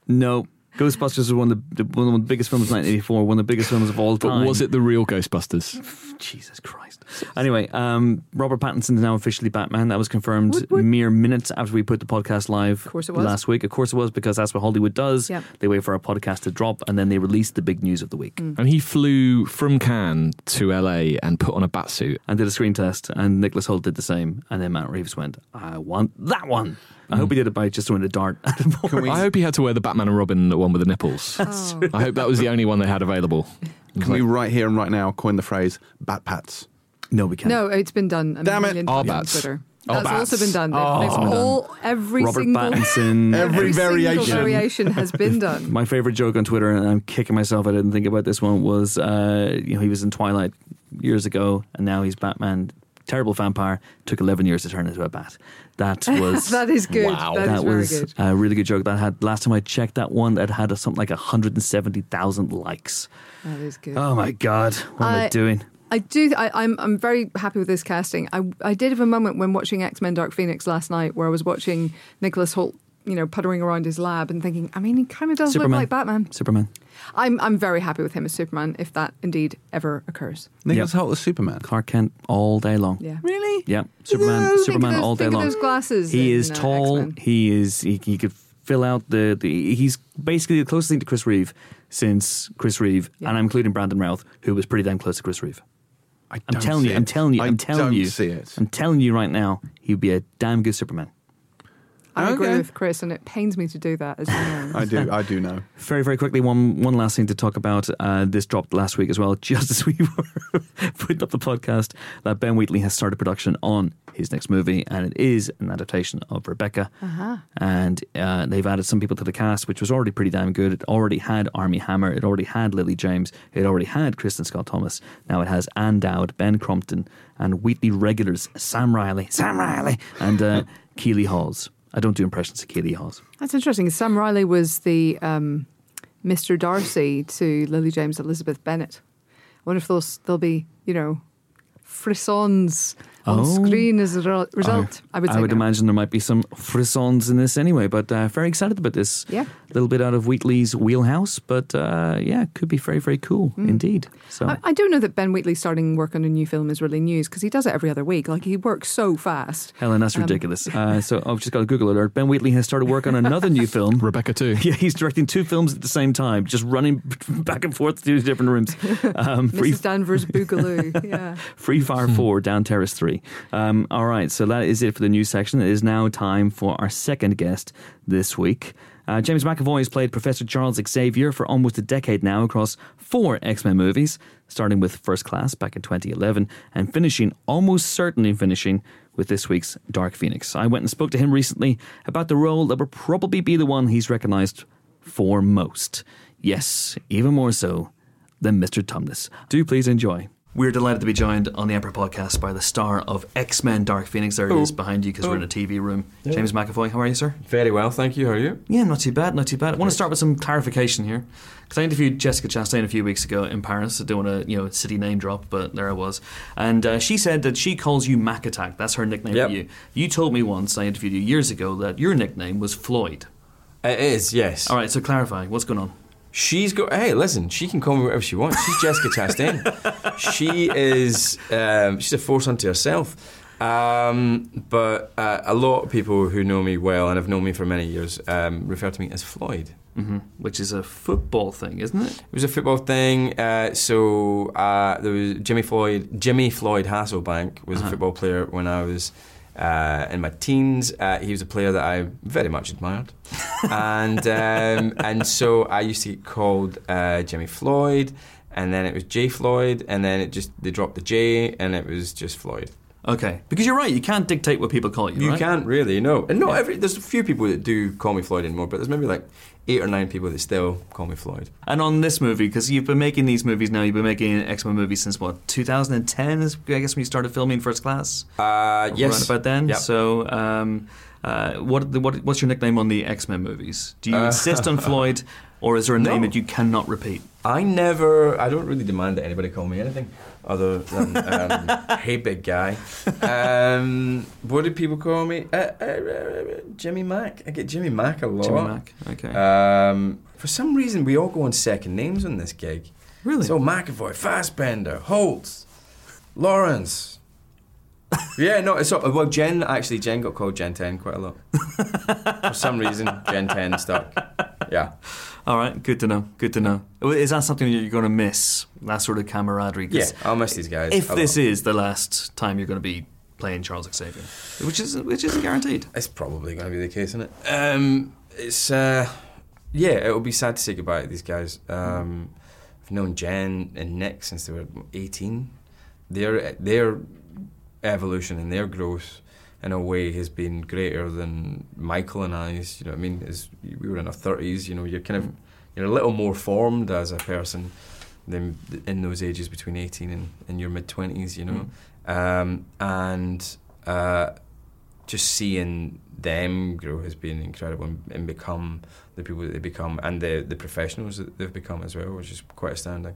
[SPEAKER 1] No, Ghostbusters was one of the, the one of the biggest films of 1984, one of the biggest films of all
[SPEAKER 4] But
[SPEAKER 1] time.
[SPEAKER 4] was it the real Ghostbusters?
[SPEAKER 1] Jesus Christ. Anyway, um, Robert Pattinson is now officially Batman. That was confirmed
[SPEAKER 3] Woot, woot.
[SPEAKER 1] mere minutes after we put the podcast live
[SPEAKER 3] Of course it was.
[SPEAKER 1] last week. Of course it was, because that's what Hollywood does.
[SPEAKER 3] Yep.
[SPEAKER 1] They wait for our podcast to drop and then they release the big news of the
[SPEAKER 3] Mm.
[SPEAKER 1] week.
[SPEAKER 4] And he flew from Cannes to LA and put on a batsuit.
[SPEAKER 1] And did a screen test, and Nicholas Holt did the same. And then Matt Reeves went, I want that one. I hope he did it by just throwing a dart at a board.
[SPEAKER 4] Mm. I hope he had to wear the Batman and Robin one with the nipples. I hope that was the only one they had available.
[SPEAKER 5] Can we right here and right now coin the phrase "bat pats"?
[SPEAKER 1] No, we can't.
[SPEAKER 3] no, it's been done. A
[SPEAKER 5] Damn it.
[SPEAKER 3] million
[SPEAKER 4] Our
[SPEAKER 3] times
[SPEAKER 4] bats.
[SPEAKER 3] on Twitter.
[SPEAKER 5] Our
[SPEAKER 3] That's
[SPEAKER 5] bats.
[SPEAKER 3] also been done. They've,
[SPEAKER 1] been
[SPEAKER 3] they've
[SPEAKER 1] done.
[SPEAKER 3] all every
[SPEAKER 1] Robert
[SPEAKER 3] single
[SPEAKER 1] Pattinson.
[SPEAKER 5] Every
[SPEAKER 3] single
[SPEAKER 5] variation.
[SPEAKER 3] variation has been done.
[SPEAKER 1] My favorite joke on Twitter, and I'm kicking myself I didn't think about this one, was uh, you know he was in Twilight years ago, and now he's Batman. Terrible vampire took 11 years to turn into a bat. That was
[SPEAKER 3] that is good.
[SPEAKER 4] Wow.
[SPEAKER 3] that is
[SPEAKER 1] that
[SPEAKER 3] very
[SPEAKER 1] was
[SPEAKER 3] good.
[SPEAKER 1] a really good joke. That had last time I checked that one, that had something like 170,000 likes.
[SPEAKER 3] That is good.
[SPEAKER 1] Oh my god, what am I
[SPEAKER 3] I-
[SPEAKER 1] doing?
[SPEAKER 3] I do. I, I'm I'm very happy with this casting. I I did have a moment when watching X Men Dark Phoenix last night, where I was watching Nicholas Holt, you know, puttering around his lab and thinking, I mean, he kind of does
[SPEAKER 1] Superman.
[SPEAKER 3] look like Batman.
[SPEAKER 1] Superman.
[SPEAKER 3] I'm I'm very happy with him as Superman, if that indeed ever occurs.
[SPEAKER 5] Nicholas Holt as Superman.
[SPEAKER 1] Clark Kent all day long.
[SPEAKER 3] Yeah.
[SPEAKER 5] Really?
[SPEAKER 1] Yeah, Superman.
[SPEAKER 3] Think of
[SPEAKER 1] Superman
[SPEAKER 3] those-
[SPEAKER 1] all day
[SPEAKER 3] think of
[SPEAKER 1] long.
[SPEAKER 3] those glasses
[SPEAKER 1] He
[SPEAKER 3] in,
[SPEAKER 1] is
[SPEAKER 3] uh,
[SPEAKER 1] tall.
[SPEAKER 3] X-Men.
[SPEAKER 1] He is. He, he could fill out the, the. He's basically the closest thing to Chris Reeve since Chris Reeve,
[SPEAKER 3] Yeah.
[SPEAKER 1] and I'm including Brandon Routh, who was pretty damn close to Chris Reeve.
[SPEAKER 5] I
[SPEAKER 1] I'm
[SPEAKER 5] don't
[SPEAKER 1] telling
[SPEAKER 5] see
[SPEAKER 1] you.
[SPEAKER 5] it.
[SPEAKER 1] I'm telling you.
[SPEAKER 5] I
[SPEAKER 1] I'm telling
[SPEAKER 5] don't
[SPEAKER 1] you.
[SPEAKER 5] see it.
[SPEAKER 1] I'm telling you right now, he'd be a damn good Superman.
[SPEAKER 3] I agree
[SPEAKER 5] Okay.
[SPEAKER 3] with Chris, and it pains me to do that. As you know.
[SPEAKER 5] I do. I do know.
[SPEAKER 1] Very, very quickly, one one last thing to talk about. Uh, this dropped last week as well, just as we were putting up the podcast, that Ben Wheatley has started production on his next movie, and it is an adaptation of Rebecca.
[SPEAKER 3] Uh-huh.
[SPEAKER 1] And uh, they've added some people to the cast, which was already pretty damn good. It already had Army Hammer, it already had Lily James, it already had Kristen Scott Thomas. Now it has Anne Dowd, Ben Crompton, and Wheatley regulars Sam Riley, Sam Riley, and uh, Keely Hawes. I don't do impressions of Keely Hawes.
[SPEAKER 3] That's interesting. Sam Riley was the um, Mr. Darcy to Lily James Elizabeth Bennet. I wonder if those there'll be you know frissons on
[SPEAKER 1] Oh.
[SPEAKER 3] screen as a re- result. I would say.
[SPEAKER 1] I would
[SPEAKER 3] no.
[SPEAKER 1] imagine there might be some frissons in this anyway, but uh, very excited about this.
[SPEAKER 3] Yeah.
[SPEAKER 1] A little bit out of Wheatley's wheelhouse, but uh, yeah, could be very, very cool indeed. So
[SPEAKER 3] Mm. I, I don't know that Ben Wheatley starting work on a new film is really news because he does it every other week. Like he works so fast.
[SPEAKER 1] Helen, that's
[SPEAKER 3] Um,
[SPEAKER 1] ridiculous. Uh, so I've just got a Google alert. Ben Wheatley has started work on another new film.
[SPEAKER 4] Rebecca too.
[SPEAKER 1] Yeah, he's directing two films at the same time, just running back and forth to different rooms. Um, free,
[SPEAKER 3] Mrs. Danvers Boogaloo. yeah.
[SPEAKER 1] free Fire 4, Down Terrace 3. Um, all right, so that is it for the news section. It is now time for our second guest this week. Uh, James McAvoy has played Professor Charles Xavier for almost a decade now across four X Men movies, starting with First Class back in 2011 and finishing, almost certainly finishing, with this week's Dark Phoenix. I went and spoke to him recently about the role that would probably be the one he's recognized for most. Yes, even more so than Mr. Tumnus. Do please enjoy. We're delighted to be joined on the Emperor podcast by the star of X Men Dark Phoenix. There it is behind you because we're in a TV room. James McAvoy, how are you, sir?
[SPEAKER 2] Very well, thank you. How are you?
[SPEAKER 1] Yeah, not too bad, not too bad. I want to start with some clarification here because I interviewed Jessica Chastain a few weeks ago in Paris. I don't want to, you know, city name drop, but there I was. And uh, she said that she calls you Mac Attack. That's her nickname
[SPEAKER 2] Yep.
[SPEAKER 1] for you. You told me once, I interviewed you years ago, that your nickname was Floyd.
[SPEAKER 2] It is, yes.
[SPEAKER 1] All right, so clarify, what's going on?
[SPEAKER 2] She's got. Hey, listen. She can call me whatever she wants. She's Jessica Chastain. she is. Um, she's a force unto herself. Um, but uh, a lot of people who know me well and have known me for many years um, refer to me as Floyd.
[SPEAKER 1] hmm Which is a football thing, isn't it?
[SPEAKER 2] It was a football thing. Uh, so uh, there was Jimmy Floyd. Jimmy Floyd Hasselbank was
[SPEAKER 1] Uh-huh.
[SPEAKER 2] a football player when I was uh, in my teens. Uh, he was a player that I very much admired, and um, and so I used to get called uh, Jimmy Floyd, and then it was J Floyd, and then it just they dropped the J, and it was just Floyd.
[SPEAKER 1] Okay, because you're right. You can't dictate what people call you.
[SPEAKER 2] You
[SPEAKER 1] right?
[SPEAKER 2] can't really no, and not every. There's a few people that do call me Floyd anymore, but there's maybe like eight or nine people that still call me Floyd.
[SPEAKER 1] And on this movie, because you've been making these movies now, you've been making X Men movies since what 2010 is I guess when you started filming First Class.
[SPEAKER 2] Uh, yes,
[SPEAKER 1] around about then.
[SPEAKER 2] Yep.
[SPEAKER 1] So, um, uh, what, what what's your nickname on the X Men movies? Do you
[SPEAKER 2] Uh,
[SPEAKER 1] insist on Floyd, or is there a name
[SPEAKER 2] No.
[SPEAKER 1] that you cannot repeat?
[SPEAKER 2] I never. I don't really demand that anybody call me anything other than um, "Hey, big guy." Um, what do people call me? Uh, uh, uh, Jimmy Mac. I get Jimmy Mac a lot.
[SPEAKER 1] Jimmy Mac. Okay.
[SPEAKER 2] Um, for some reason, we all go on second names on this gig.
[SPEAKER 1] really?
[SPEAKER 2] So McAvoy, Fassbender, Holtz, Lawrence. yeah, no, it's not. Well, Jen actually, Jen got called Gen Ten quite a lot. for some reason, Gen Ten stuck. Yeah.
[SPEAKER 1] All right. Good to know. Good to know. Is that something that you're going to miss? That sort of camaraderie. 'Cause
[SPEAKER 2] Yeah, I'll miss these guys.
[SPEAKER 1] if
[SPEAKER 2] a
[SPEAKER 1] this
[SPEAKER 2] lot.
[SPEAKER 1] is the last time you're going to be playing Charles Xavier, which is which isn't guaranteed.
[SPEAKER 2] It's probably going to be the case, isn't it? Um, it's uh, yeah, it'll be sad to say goodbye to these guys. Um, I've known Jen and Nick since they were eighteen. Their their evolution and their growth, in a way, has been greater than Michael and I's. You know, what I mean, as we were in our thirties, you know, you're kind of you're a little more formed as a person than in those ages between eighteen and, and your mid twenties. You know um, and uh, just seeing them grow has been incredible and, and become the people that they become and the the professionals that they've become as well, which is quite astounding.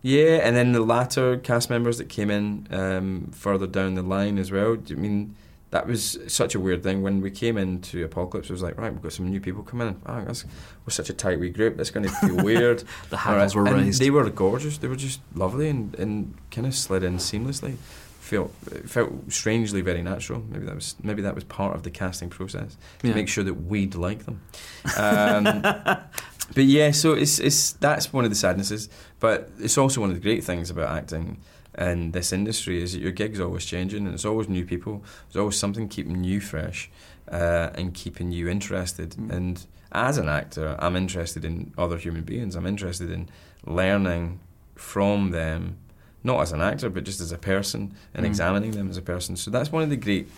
[SPEAKER 2] Yeah, and then the latter cast members that came in um, further down the line as well. I mean, that was such a weird thing when we came into Apocalypse. It was like, right, we've got some new people coming in. Oh, that's, we're such a tight wee group. That's going to feel weird.
[SPEAKER 1] The
[SPEAKER 2] All
[SPEAKER 1] handles
[SPEAKER 2] right.
[SPEAKER 1] were
[SPEAKER 2] and
[SPEAKER 1] raised.
[SPEAKER 2] They were gorgeous. They were just lovely and, and kind of slid in seamlessly. Felt it felt strangely very natural. Maybe that was maybe that was part of the casting process to
[SPEAKER 1] Yeah.
[SPEAKER 2] make sure that we'd like them. Um, but yeah, so it's it's that's one of the sadnesses. But it's also one of the great things about acting in this industry is that your gig's always changing and it's always new people. There's always something keeping you fresh uh, and keeping you interested.
[SPEAKER 1] Mm.
[SPEAKER 2] And as an actor, I'm interested in other human beings. I'm interested in learning from them, not as an actor, but just as a person and
[SPEAKER 1] Mm.
[SPEAKER 2] examining them as a person. So that's one of the great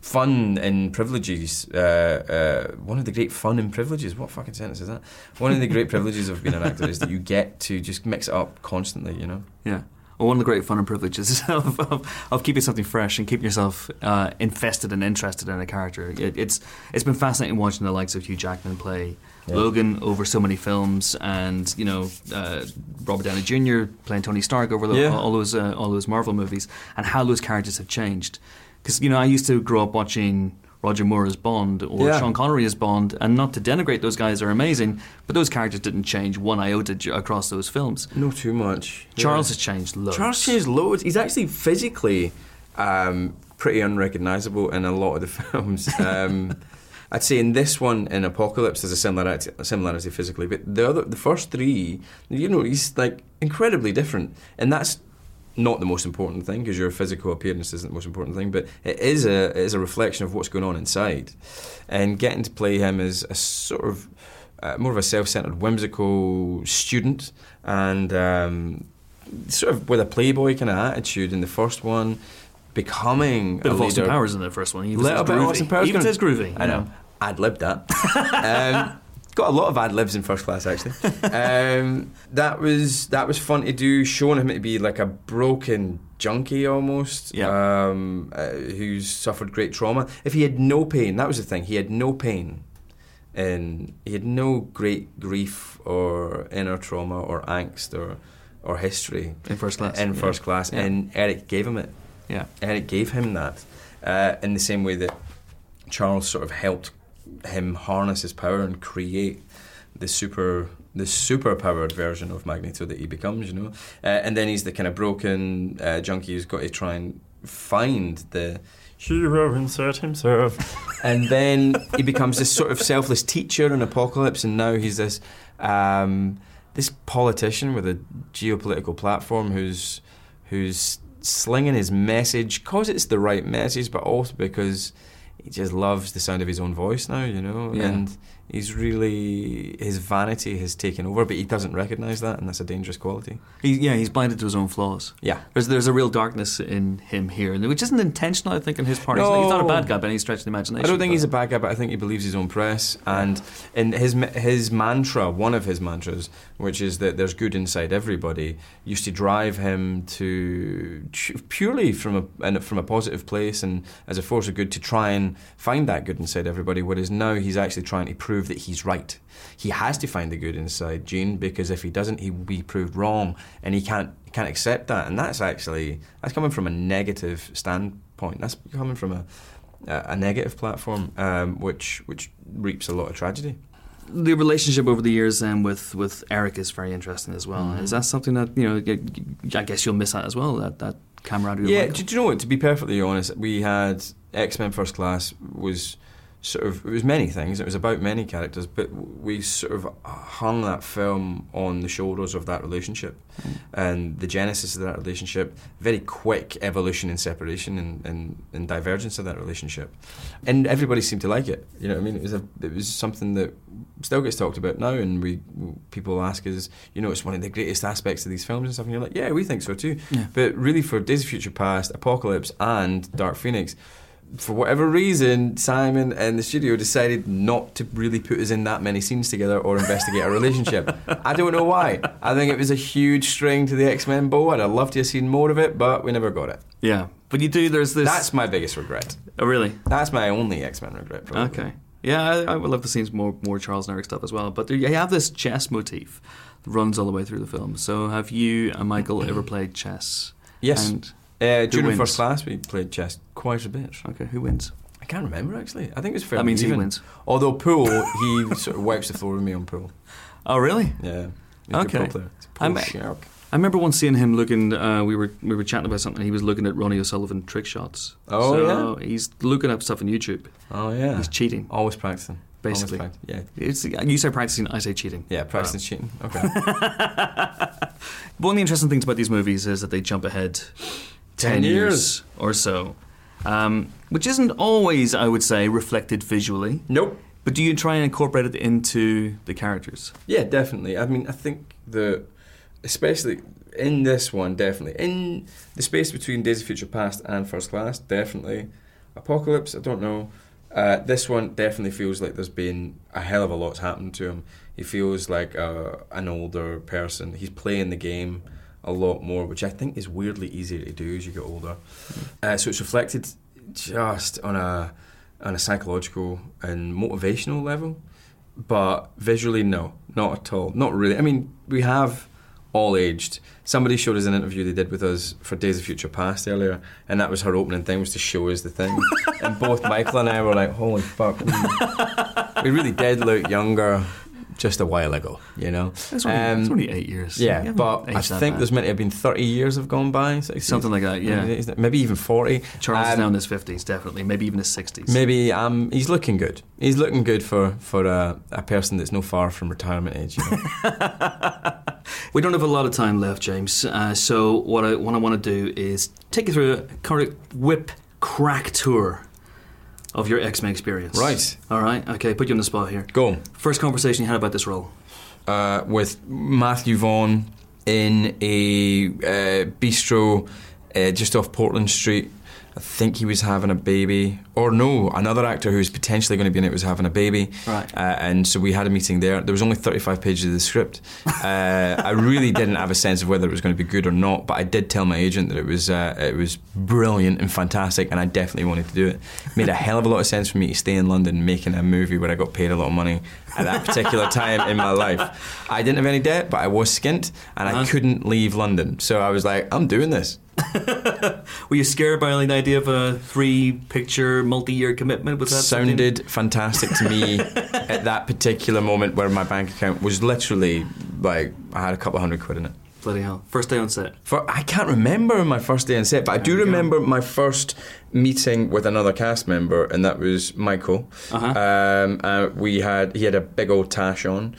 [SPEAKER 2] fun and privileges. Uh, uh, one of the great fun and privileges. What fucking sentence is that? One of the great privileges of being an actor is that you get to just mix it up constantly. You know.
[SPEAKER 1] Yeah. Well, one of the great fun and privileges of, of, of keeping something fresh and keeping yourself uh, invested and interested in a character. It, it's it's been fascinating watching the likes of Hugh Jackman play
[SPEAKER 2] Yeah.
[SPEAKER 1] Logan over so many films, and you know uh, Robert Downey Jr. playing Tony Stark over the,
[SPEAKER 2] Yeah.
[SPEAKER 1] all those uh, all those Marvel movies, and how those characters have changed. Because you know I used to grow up watching. Roger Moore as Bond or
[SPEAKER 2] Yeah.
[SPEAKER 1] Sean Connery as Bond, and not to denigrate those guys are amazing, but those characters didn't change one iota j- across those films.
[SPEAKER 2] No, too much. Yeah.
[SPEAKER 1] Charles has changed loads.
[SPEAKER 2] Charles changed loads. He's actually physically um, pretty unrecognisable in a lot of the films. Um, I'd say in this one, in Apocalypse, there's a similarity, a similarity physically, but the other, the first three, you know, he's like incredibly different, and that's not the most important thing because your physical appearance isn't the most important thing, but it is a it is a reflection of what's going on inside, and getting to play him as a sort of uh, more of a self-centered, whimsical student, and um, sort of with a playboy kind of attitude in the first one, becoming
[SPEAKER 1] bit
[SPEAKER 2] a
[SPEAKER 1] of Austin
[SPEAKER 2] leader.
[SPEAKER 1] Powers in there first one. He says
[SPEAKER 2] Little bit of
[SPEAKER 1] groovy.
[SPEAKER 2] Austin Powers
[SPEAKER 1] He even
[SPEAKER 2] gonna-
[SPEAKER 1] says groovy.
[SPEAKER 2] I know. Ad libbed that. um, got a lot of ad libs in first class actually. Um, that was that was fun to do, showing him to be like a broken junkie almost.
[SPEAKER 1] Yeah.
[SPEAKER 2] Um, uh, who's suffered great trauma. If he had no pain, that was the thing. He had no pain. And he had no great grief or inner trauma or angst or or history
[SPEAKER 1] In first class.
[SPEAKER 2] in
[SPEAKER 1] yeah.
[SPEAKER 2] first class,
[SPEAKER 1] Yeah.
[SPEAKER 2] and Eric gave him it.
[SPEAKER 1] Yeah.
[SPEAKER 2] Eric gave him that uh, in the same way that Charles sort of helped him harness his power and create the super the superpowered version of Magneto that he becomes, you know. Uh, and then he's the kind of broken uh, junkie who's got to try and find the hero insert himself. and then he becomes this sort of selfless teacher in Apocalypse, and now he's this um, this politician with a geopolitical platform who's who's slinging his message because it's the right message, but also because he just loves the sound of his own voice now, you know,
[SPEAKER 1] Yeah.
[SPEAKER 2] and he's really his vanity has taken over, but he doesn't recognise that, and that's a dangerous quality.
[SPEAKER 1] He, yeah, he's blinded to his own flaws.
[SPEAKER 2] Yeah.
[SPEAKER 1] There's there's a real darkness in him here, and which isn't intentional. I think on his part, He's not- he's not a
[SPEAKER 2] No.
[SPEAKER 1] bad guy by any stretch of the imagination.
[SPEAKER 2] I don't think
[SPEAKER 1] but-
[SPEAKER 2] he's a bad guy, but I think he believes his own press. And and his ma- his mantra, one of his mantras, which is that there's good inside everybody, used to drive him to ch- purely from a and from a positive place and as a force of good to try and find that good inside everybody. Whereas now he's actually trying to prove that he's right. He has to find the good inside Gene because if he doesn't, he will be proved wrong, and he can't he can't accept that. And that's actually that's coming from a negative standpoint. That's coming from a a a negative platform, um, which which reaps a lot of tragedy.
[SPEAKER 1] the relationship over the years um, with with Eric is very interesting as well.
[SPEAKER 2] Mm-hmm.
[SPEAKER 1] Is that something that you know? y- y- I guess you'll miss that as well. That that camaraderie. with
[SPEAKER 2] Yeah,
[SPEAKER 1] Michael.
[SPEAKER 2] do, do you know what? To be perfectly honest, we had X Men First Class was sort of it was many things. It was about many characters, but we sort of hung that film on the shoulders of that relationship and the genesis of that relationship. Very quick evolution and separation and, and, and divergence of that relationship, and everybody seemed to like it. You know, what I mean, it was a, it was something that still gets talked about now, and we people ask us, you know, it's one of the greatest aspects of these films and stuff, and you're like, yeah, we think so too.
[SPEAKER 1] Yeah.
[SPEAKER 2] But really, for Days of Future Past, Apocalypse, and Dark Phoenix, for whatever reason, Simon and the studio decided not to really put us in that many scenes together or investigate a relationship. I don't know why. I think it was a huge string to the X Men bow, and I'd love to have seen more of it, but we never got it.
[SPEAKER 1] yeah. But you do. There's this.
[SPEAKER 2] That's my biggest regret.
[SPEAKER 1] oh, really
[SPEAKER 2] That's my only X Men regret, probably.
[SPEAKER 1] okay. Yeah, I, I would love to see more more Charles and Eric stuff as well. But there, you have this chess motif that runs all the way through the film. So have you and Michael ever played chess?
[SPEAKER 2] Yes.
[SPEAKER 1] And,
[SPEAKER 2] Uh, during
[SPEAKER 1] wins?
[SPEAKER 2] first class, we played chess quite a bit.
[SPEAKER 1] okay. Who wins?
[SPEAKER 2] I can't remember actually. I think it was fairly
[SPEAKER 1] That means he
[SPEAKER 2] even.
[SPEAKER 1] wins.
[SPEAKER 2] Although pool, he sort of wipes the floor with me on pool.
[SPEAKER 1] Oh, really?
[SPEAKER 2] Yeah.
[SPEAKER 1] Okay.
[SPEAKER 2] I'm
[SPEAKER 1] I'm- I remember once seeing him looking. Uh, we were we were chatting about something. He was looking at Ronnie O'Sullivan trick shots.
[SPEAKER 2] Oh,
[SPEAKER 1] so He's looking up stuff on YouTube.
[SPEAKER 2] Oh yeah.
[SPEAKER 1] He's cheating.
[SPEAKER 2] Always practicing. Always
[SPEAKER 1] Basically. Ah.
[SPEAKER 2] practi- yeah.
[SPEAKER 1] It's, you say practicing, I say cheating.
[SPEAKER 2] Yeah, practicing cheating. Okay.
[SPEAKER 1] One of the interesting things about these movies is that they jump ahead 10
[SPEAKER 2] 10 years.
[SPEAKER 1] years or so, um, which isn't always, I would say, reflected visually.
[SPEAKER 2] nope.
[SPEAKER 1] But do you try and incorporate it into the characters?
[SPEAKER 2] Yeah, definitely. I mean, I think the especially in this one, definitely in the space between Days of Future Past and First Class, definitely Apocalypse. I don't know. Uh, this one definitely feels like there's been a hell of a lot's happened to him. He feels like uh, an older person. He's playing the game a lot more, which I think is weirdly easier to do as you get older. Uh, so it's reflected just on a on a psychological and motivational level, but visually, no, not at all, not really. I mean, we have all aged. Somebody showed us an interview they did with us for Days of Future Past earlier, and that was her opening thing was to show us the thing. and both Michael and I were like, "Holy fuck, we, we really did look younger." Just a while ago, you know.
[SPEAKER 1] It's only,
[SPEAKER 2] Um,
[SPEAKER 1] it's only eight years. You
[SPEAKER 2] yeah,
[SPEAKER 1] haven't
[SPEAKER 2] but
[SPEAKER 1] aged
[SPEAKER 2] I
[SPEAKER 1] that
[SPEAKER 2] think
[SPEAKER 1] bad.
[SPEAKER 2] there's meant to have been 30 years have gone by. so it's-
[SPEAKER 1] something like that. Yeah,
[SPEAKER 2] Isn't it? Maybe even 40.
[SPEAKER 1] Charles is
[SPEAKER 2] Um,
[SPEAKER 1] now in his fifties, definitely, maybe even his sixties.
[SPEAKER 2] Maybe um, he's looking good. He's looking good for, for a, a person that's no far from retirement age. You know?
[SPEAKER 1] We don't have a lot of time left, James. Uh, so what I what I want to do is take you through a current whip crack tour of your X Men experience.
[SPEAKER 2] Right.
[SPEAKER 1] All right. Okay. Put you on the spot here.
[SPEAKER 2] Go.
[SPEAKER 1] First conversation you had about this role.
[SPEAKER 2] Uh, with Matthew Vaughan in a uh, bistro uh, just off Portland Street. I think he was having a baby. Or no, another actor who's potentially going to be in it was having a baby.
[SPEAKER 1] Right.
[SPEAKER 2] Uh, and so we had a meeting there. There was only 35 pages of the script. Uh, I really didn't have a sense of whether it was going to be good or not, but I did tell my agent that it was uh, it was brilliant and fantastic, and I definitely wanted to do it. Made a hell of a lot of sense for me to stay in London making a movie where I got paid a lot of money at that particular time in my life. I didn't have any debt, but I was skint, and I
[SPEAKER 1] Uh-huh.
[SPEAKER 2] couldn't leave London. So I was like, I'm doing this.
[SPEAKER 1] Were you scared by like, the idea of a three picture multi year commitment? Was that something-
[SPEAKER 2] sounded fantastic to me at that particular moment where my bank account was literally like I had a couple hundred quid in it.
[SPEAKER 1] bloody hell? First day on set.
[SPEAKER 2] For, I can't remember my first day on set, but I do
[SPEAKER 1] you go.
[SPEAKER 2] remember my first meeting with another cast member, and that was Michael.
[SPEAKER 1] Uh-huh.
[SPEAKER 2] Um, uh, we had he had a big old tash on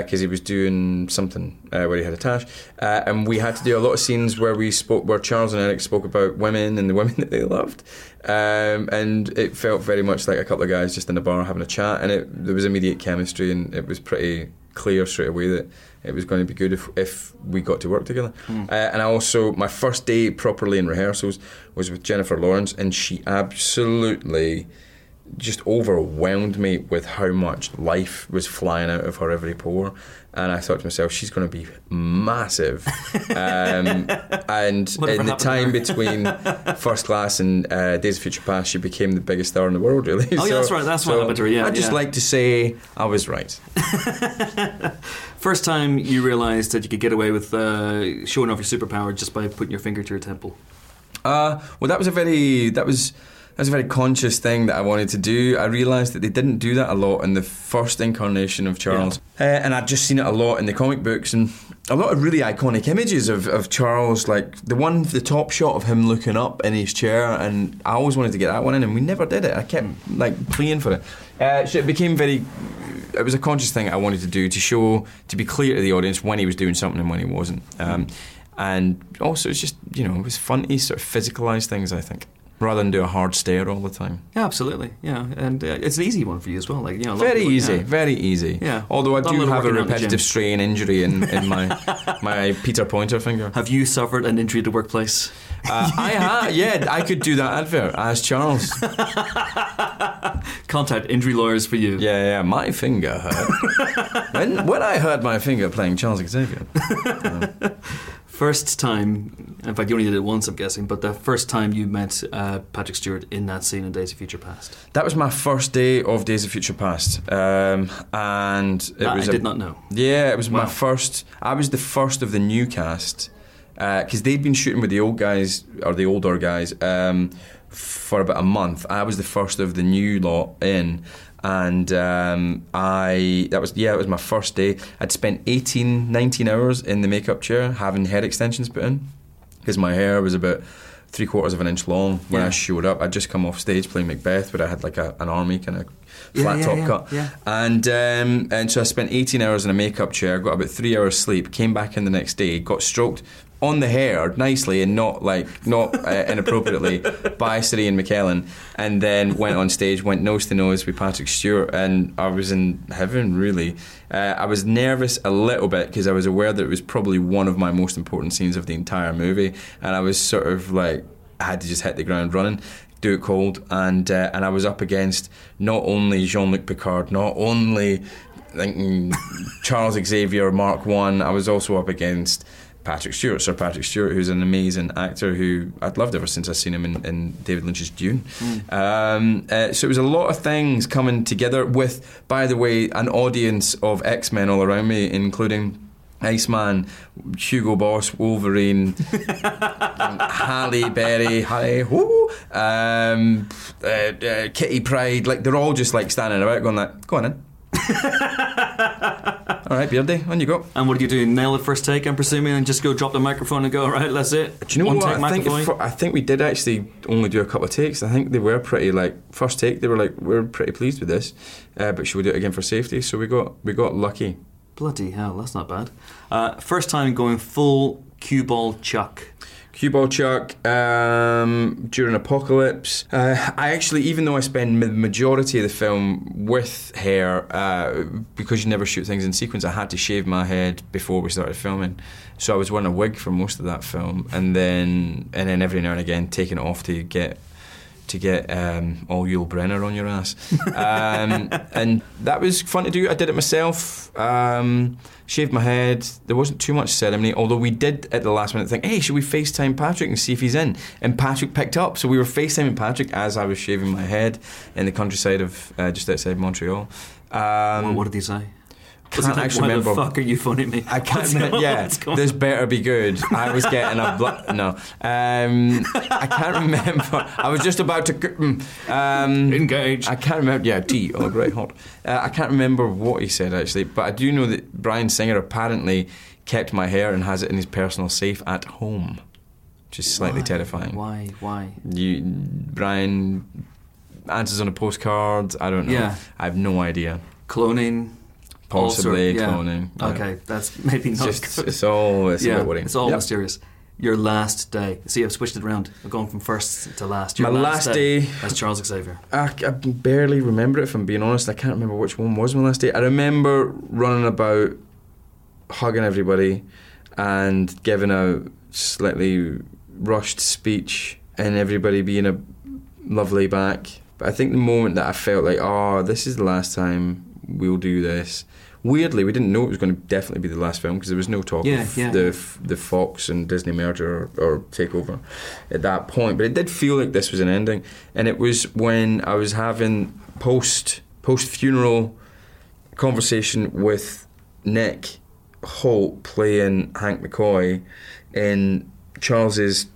[SPEAKER 2] because he was doing something uh, where he had a tash, uh, and we had to do a lot of scenes where we spoke, where Charles and Eric spoke about women and the women that they loved, um, and it felt very much like a couple of guys just in a bar having a chat, and it there was immediate chemistry, and it was pretty clear straight away that it was going to be good if, if we got to work together. Uh, and I also, my first day properly in rehearsals was with Jennifer Lawrence, and she absolutely just overwhelmed me with how much life was flying out of her every pore. And I thought to myself, she's going to be massive. um, and
[SPEAKER 1] Whatever
[SPEAKER 2] in
[SPEAKER 1] happened to
[SPEAKER 2] the
[SPEAKER 1] her?
[SPEAKER 2] time between First Class and uh, Days of Future Past, she became the biggest star in the world, really.
[SPEAKER 1] Oh, yeah, that's right, that's what happened to her, yeah,
[SPEAKER 2] I'd just
[SPEAKER 1] yeah.
[SPEAKER 2] like to say I was right.
[SPEAKER 1] First time you realised that you could get away with uh, showing off your superpower just by putting your finger to your temple.
[SPEAKER 2] Uh, well, that was a very that was that was a very conscious thing that I wanted to do. I realised that they didn't do that a lot in the first incarnation of Charles, uh, and I'd just seen it a lot in the comic books and a lot of really iconic images of, of Charles, like the one the top shot of him looking up in his chair, and I always wanted to get that one in, and we never did it. I kept like pleading for it. Uh, so it became very. It was a conscious thing I wanted to do to show to be clear to the audience when he was doing something and when he wasn't. Um, and also it's just you know it was fun to sort of physicalise things I think rather than do a hard stare all the time.
[SPEAKER 1] Yeah, absolutely. Yeah, and uh, it's an easy one for you as well. Like, you know, a lot of
[SPEAKER 2] Very
[SPEAKER 1] people-
[SPEAKER 2] easy,
[SPEAKER 1] yeah.
[SPEAKER 2] very easy.
[SPEAKER 1] Yeah.
[SPEAKER 2] Although I
[SPEAKER 1] Done a
[SPEAKER 2] do
[SPEAKER 1] little
[SPEAKER 2] have a
[SPEAKER 1] working out in the
[SPEAKER 2] repetitive
[SPEAKER 1] gym.
[SPEAKER 2] strain injury in, in my my Peter Pointer finger.
[SPEAKER 1] Have you suffered an injury at the workplace?
[SPEAKER 2] Uh, I ha- yeah, I could do that advert as Charles.
[SPEAKER 1] Contact injury lawyers for you.
[SPEAKER 2] Yeah, yeah, my finger hurt. when when I hurt my finger playing Charles Xavier.
[SPEAKER 1] First time, in fact, you only did it once, I'm guessing, but the first time you met uh, Patrick Stewart in that scene in Days of Future Past.
[SPEAKER 2] That was my first day of Days of Future Past, um, and it
[SPEAKER 1] That
[SPEAKER 2] was
[SPEAKER 1] I
[SPEAKER 2] a-
[SPEAKER 1] did not know.
[SPEAKER 2] Yeah, it was
[SPEAKER 1] Wow.
[SPEAKER 2] my first. I was the first of the new cast because they'd been shooting with the old guys or the older guys um, for about a month. I was the first of the new lot in, and um, I that was yeah, it was my first day. I'd spent 18, 19 hours in the makeup chair having hair extensions put in because my hair was about. Three quarters of an inch long. When I
[SPEAKER 1] Yeah.
[SPEAKER 2] showed up, I'd just come off stage playing Macbeth, where I had like a, an army kind of
[SPEAKER 1] Yeah,
[SPEAKER 2] flat
[SPEAKER 1] yeah,
[SPEAKER 2] top
[SPEAKER 1] yeah,
[SPEAKER 2] cut.
[SPEAKER 1] yeah.
[SPEAKER 2] And um, and so I spent 18 hours in a makeup chair, got about three hours sleep, came back in the next day, got stroked on the hair nicely and not like not uh, inappropriately by Siri and McKellen, and then went on stage, went nose to nose with Patrick Stewart, and I was in heaven really. Uh, I was nervous a little bit because I was aware that it was probably one of my most important scenes of the entire movie, and I was sort of like I had to just hit the ground running do it cold, and uh, and I was up against not only Jean Luc Picard, not only thinking Charles Xavier Mark One, I was also up against Patrick Stewart, Sir Patrick Stewart, who's an amazing actor who I'd loved ever since I've seen him in, in David Lynch's Dune. Um, uh, so it was a lot of things coming together with, by the way, an audience of X Men all around me, including. Iceman, Hugo Boss, Wolverine, Halle Berry, Halle, whoo, um, uh, uh, Kitty Pride, like they're all just like standing about going like, go on in. all right, Beardy, on you go.
[SPEAKER 1] And what do you do? Nail it first take, I'm presuming, and just go drop the microphone and go, right, that's it.
[SPEAKER 2] Do you know
[SPEAKER 1] One
[SPEAKER 2] what?
[SPEAKER 1] take
[SPEAKER 2] I think,
[SPEAKER 1] microphone.
[SPEAKER 2] if- I think we did actually only do a couple of takes. I think they were pretty like first take. They were like, we're pretty pleased with this, uh, but should we do it again for safety? So we got we got lucky.
[SPEAKER 1] Bloody hell, that's not bad. Uh, first time going full cue ball chuck.
[SPEAKER 2] Cue ball chuck um, during apocalypse. Uh, I actually, even though I spend the majority of the film with hair, uh, because you never shoot things in sequence, I had to shave my head before we started filming. So I was wearing a wig for most of that film, and then and then every now and again taking it off to get to get um, all Yul Brenner on your ass. Um, and that was fun to do. I did it myself, um, shaved my head. There wasn't too much ceremony, although we did at the last minute think, hey, should we FaceTime Patrick and see if he's in? And Patrick picked up. So we were FaceTiming Patrick as I was shaving my head in the countryside of uh, just outside Montreal. Um,
[SPEAKER 1] what, what did he say? Was
[SPEAKER 2] can't
[SPEAKER 1] he like,
[SPEAKER 2] actually
[SPEAKER 1] why
[SPEAKER 2] remember.
[SPEAKER 1] the fuck are you phoning me?
[SPEAKER 2] I can't.
[SPEAKER 1] What's
[SPEAKER 2] remem-
[SPEAKER 1] going-
[SPEAKER 2] yeah,
[SPEAKER 1] what's going
[SPEAKER 2] this better be good. I was getting a bl- no. Um, I can't remember. I was just about to. mm, Um,
[SPEAKER 4] Engage.
[SPEAKER 2] I can't remember. Yeah, tea. Oh, great hot. Uh, I can't remember what he said actually, but I do know that Brian Singer apparently kept my hair and has it in his personal safe at home, which is slightly terrifying.
[SPEAKER 1] Why? Why?
[SPEAKER 2] You, Brian, answers on a postcard. I don't know.
[SPEAKER 1] Yeah.
[SPEAKER 2] I have no idea.
[SPEAKER 1] Cloning.
[SPEAKER 2] Possibly
[SPEAKER 1] ulcer, yeah.
[SPEAKER 2] cloning. yeah.
[SPEAKER 1] Okay, that's maybe
[SPEAKER 2] It's
[SPEAKER 1] not.
[SPEAKER 2] just
[SPEAKER 1] good.
[SPEAKER 2] it's all it's a
[SPEAKER 1] yeah,
[SPEAKER 2] bit worrying.
[SPEAKER 1] it's all
[SPEAKER 2] Yep.
[SPEAKER 1] mysterious. Your last day. See, I've switched it around. I've gone from first to last. Your
[SPEAKER 2] My last day-
[SPEAKER 1] as Charles Xavier.
[SPEAKER 2] I, I barely remember it, if I'm being honest. I can't remember which one was my last day. I remember running about, hugging everybody, and giving a slightly rushed speech, and everybody being a lovely back. But I think the moment that I felt like, oh, this is the last time we'll do this. Weirdly, we didn't know it was going to definitely be the last film because there was no talk
[SPEAKER 1] Yeah,
[SPEAKER 2] of
[SPEAKER 1] yeah.
[SPEAKER 2] the f- the Fox and Disney merger or, or takeover at that point. But it did feel like this was an ending, and it was when I was having post post funeral conversation with Nick Holt playing Hank McCoy in Charles's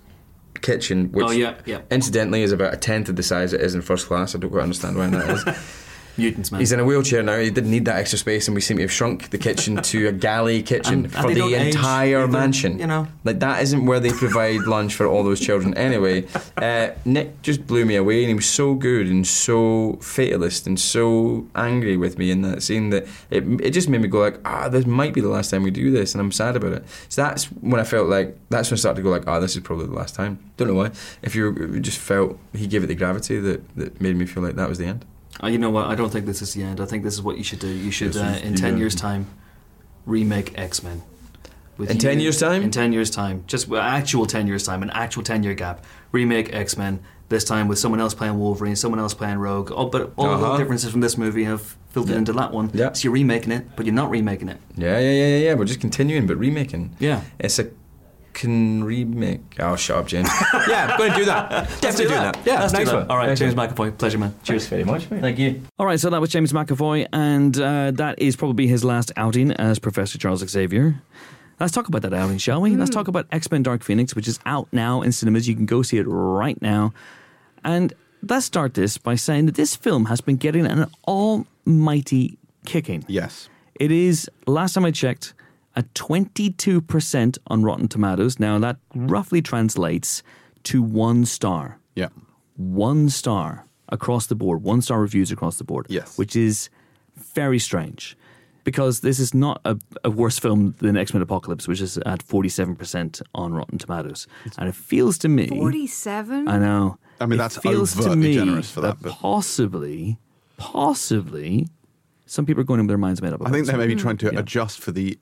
[SPEAKER 2] kitchen, which
[SPEAKER 1] oh yeah, yeah.
[SPEAKER 2] incidentally is about a tenth of the size it is in first class. I don't quite understand why that is.
[SPEAKER 1] Mutants man.
[SPEAKER 2] He's in a wheelchair now. He didn't need that extra space, and we seem to have shrunk the kitchen to a galley
[SPEAKER 1] And-
[SPEAKER 2] kitchen
[SPEAKER 1] and
[SPEAKER 2] for
[SPEAKER 1] they
[SPEAKER 2] the
[SPEAKER 1] don't age
[SPEAKER 2] entire
[SPEAKER 1] either,
[SPEAKER 2] mansion.
[SPEAKER 1] you know.
[SPEAKER 2] like that isn't where they provide lunch for all those children. Anyway, uh, Nick just blew me away, and he was so good and so fatalist and so angry with me in that scene that it it just made me go like, ah, this might be the last time we do this, and I'm sad about it. So that's when I felt like that's when I started to go like, ah, this is probably the last time. Don't know why. If you it just felt he gave it the gravity that that made me feel like that was the end.
[SPEAKER 1] Uh, you know what? I don't think this is the end. I think this is what you should do. You should,
[SPEAKER 5] This
[SPEAKER 1] uh,
[SPEAKER 5] is
[SPEAKER 1] in
[SPEAKER 5] the
[SPEAKER 1] ten
[SPEAKER 5] end.
[SPEAKER 1] years' time, remake X Men.
[SPEAKER 2] In 10 years' time?
[SPEAKER 1] In ten years' time, just well, actual ten years' time, an actual ten-year gap. Remake X Men this time with someone else playing Wolverine, someone else playing Rogue. Oh, but all the
[SPEAKER 2] Uh-huh.
[SPEAKER 1] little differences from this movie have filtered into that one.
[SPEAKER 2] Yeah.
[SPEAKER 1] So you're remaking it, but you're not remaking it.
[SPEAKER 2] Yeah, yeah, yeah, yeah, yeah. We're just continuing, but remaking.
[SPEAKER 1] Yeah.
[SPEAKER 2] It's a can remake. Oh, shut up, James. yeah, I'm going to do that. Definitely doing that.
[SPEAKER 1] Yeah, let's do
[SPEAKER 2] nice
[SPEAKER 1] that.
[SPEAKER 2] one.
[SPEAKER 1] All right,
[SPEAKER 2] Nice
[SPEAKER 1] James
[SPEAKER 2] one.
[SPEAKER 1] McAvoy, pleasure, man. Cheers.
[SPEAKER 2] very much, mate.
[SPEAKER 1] Thank you.
[SPEAKER 6] All right, so that was James McAvoy, and uh, that is probably his last outing as Professor Charles Xavier. Let's talk about that outing, shall we? Let's talk about X Men Dark Phoenix, which is out now in cinemas. You can go see it right now. And let's start this by saying that this film has been getting an almighty kicking.
[SPEAKER 5] Yes.
[SPEAKER 6] It is, last time I checked, at 22% on Rotten Tomatoes. Now, that roughly translates to one star
[SPEAKER 5] Yeah.
[SPEAKER 6] one star across the board, one star reviews across the board.
[SPEAKER 5] Yes.
[SPEAKER 6] Which is very strange because this is not a, a worse film than X Men Apocalypse, which is at 47% on Rotten Tomatoes. And it feels to me. I
[SPEAKER 3] 47?
[SPEAKER 6] know.
[SPEAKER 5] I mean,
[SPEAKER 6] it
[SPEAKER 5] that's
[SPEAKER 6] feels to
[SPEAKER 5] overtly
[SPEAKER 6] me
[SPEAKER 5] generous for that, but-
[SPEAKER 6] possibly, possibly, some people are going in with their minds made up.
[SPEAKER 5] I
[SPEAKER 6] about
[SPEAKER 5] think
[SPEAKER 6] this.
[SPEAKER 5] they may be trying to adjust for the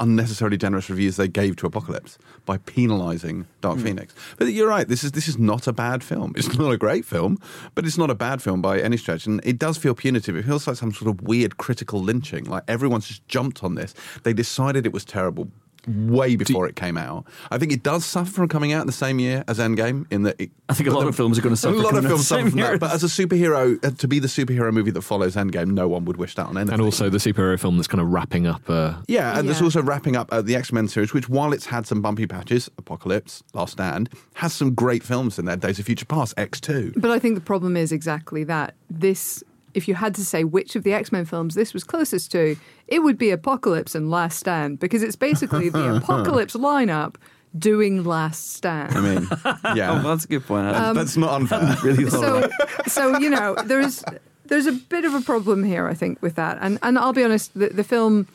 [SPEAKER 5] unnecessarily generous reviews they gave to Apocalypse by penalising Dark Phoenix. But you're right. This is this is not a bad film. It's not a great film, but it's not a bad film by any stretch. And it does feel punitive. It feels like some sort of weird critical lynching. Like everyone's just jumped on this. They decided it was terrible. way before it came out. I think it does suffer from coming out in the same year as Endgame, in that it
[SPEAKER 1] I think a lot of films are going to
[SPEAKER 5] a
[SPEAKER 1] suffer.
[SPEAKER 5] lot
[SPEAKER 1] from
[SPEAKER 5] of
[SPEAKER 1] that
[SPEAKER 5] films
[SPEAKER 1] same
[SPEAKER 5] suffer from
[SPEAKER 1] year.
[SPEAKER 5] that. But as a superhero, uh, to be the superhero movie that follows Endgame, no one would wish that on anything.
[SPEAKER 4] and also the superhero film that's kind of wrapping up. Uh,
[SPEAKER 5] Yeah, and it's
[SPEAKER 3] Yeah.
[SPEAKER 5] also wrapping up uh, the X Men series, which while it's had some bumpy patches, Apocalypse, Last Stand, has some great films in there. Days of Future Past, X Two.
[SPEAKER 3] But I think the problem is exactly that. This, if you had to say which of the X Men films this was closest to, it would be Apocalypse and Last Stand because it's basically the Apocalypse lineup doing Last Stand.
[SPEAKER 5] I mean, yeah,
[SPEAKER 1] Oh, well, that's a good point.
[SPEAKER 3] um,
[SPEAKER 5] That- that's not unfair.
[SPEAKER 1] really thought about
[SPEAKER 3] so, so you know, there's there's a bit of a problem here, I think, with that. And and I'll be honest, the, the film.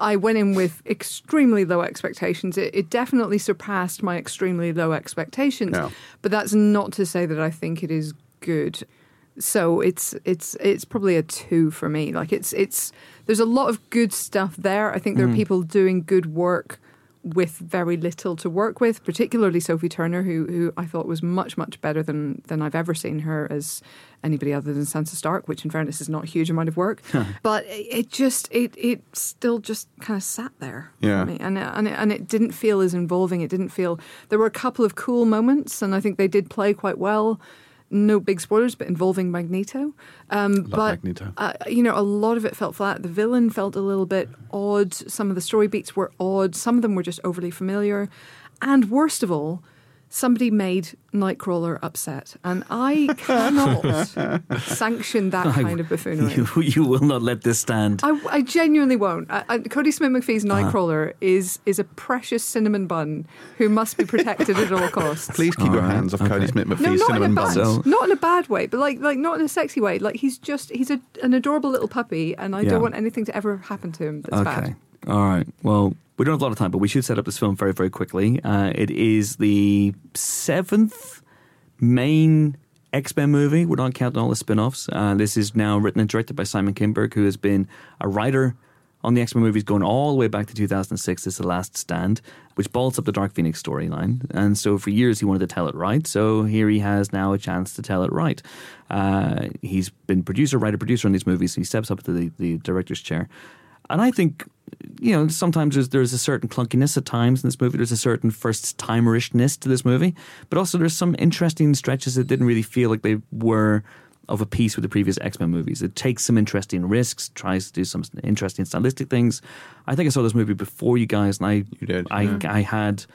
[SPEAKER 3] I went in with extremely low expectations. It, it definitely surpassed my extremely low expectations.
[SPEAKER 5] Yeah.
[SPEAKER 3] But that's not to say that I think it is good. So it's it's it's probably a two for me. Like it's it's there's a lot of good stuff there. I think there are people doing good work with very little to work with, particularly Sophie Turner, who who I thought was much much better than than I've ever seen her as anybody other than Sansa Stark, which in fairness is not a huge amount of work. but it, it just it it still just kind of sat there. for
[SPEAKER 5] Yeah.
[SPEAKER 3] me and it- and it, and it didn't feel as involving. It didn't feel there were a couple of cool moments, and I think they did play quite well. No big spoilers, but involving Magneto. Um, but
[SPEAKER 5] Magneto.
[SPEAKER 3] Uh, you know, a lot of it felt flat. The villain felt a little bit odd. Some of the story beats were odd. Some of them were just overly familiar, and worst of all. Somebody made Nightcrawler upset, and I cannot sanction that kind of buffoonery.
[SPEAKER 1] you, you will not let this stand.
[SPEAKER 3] I, I genuinely won't. I, I, Cody Smith McPhee's
[SPEAKER 1] Uh-huh.
[SPEAKER 3] Nightcrawler is is a precious cinnamon bun who must be protected at all costs.
[SPEAKER 5] Please keep your hands off Cody Smith
[SPEAKER 3] No,
[SPEAKER 5] McPhee's
[SPEAKER 3] not in a
[SPEAKER 5] cinnamon
[SPEAKER 3] bad,
[SPEAKER 5] buns.
[SPEAKER 1] So-
[SPEAKER 3] not in a bad way, but like like not in a sexy way. Like he's just he's a, an adorable little puppy, and I
[SPEAKER 1] Yeah.
[SPEAKER 3] don't want anything to ever happen to him. That's
[SPEAKER 1] okay.
[SPEAKER 3] bad.
[SPEAKER 1] All right. Well, we don't have a lot of time, but we should set up this film very, very quickly. Uh, it is the seventh main X Men movie. We're not counting all the spin offs. Uh, this is now written and directed by Simon Kinberg, who has been a writer on the X Men movies going all the way back to 2006. This is The Last Stand, which bolts up the Dark Phoenix storyline. And so for years he wanted to tell it right. So here he has now a chance to tell it right. Uh, he's been producer, writer, producer on these movies. He steps up to the, the director's chair. And I think, you know, sometimes there's, there's a certain clunkiness at times in this movie. There's a certain first timerishness to this movie, but also there's some interesting stretches that didn't really feel like they were of a piece with the previous X Men movies. It takes some interesting risks, tries to do some interesting stylistic things. I think I saw this movie before you guys, and I
[SPEAKER 5] You did,
[SPEAKER 1] I, I had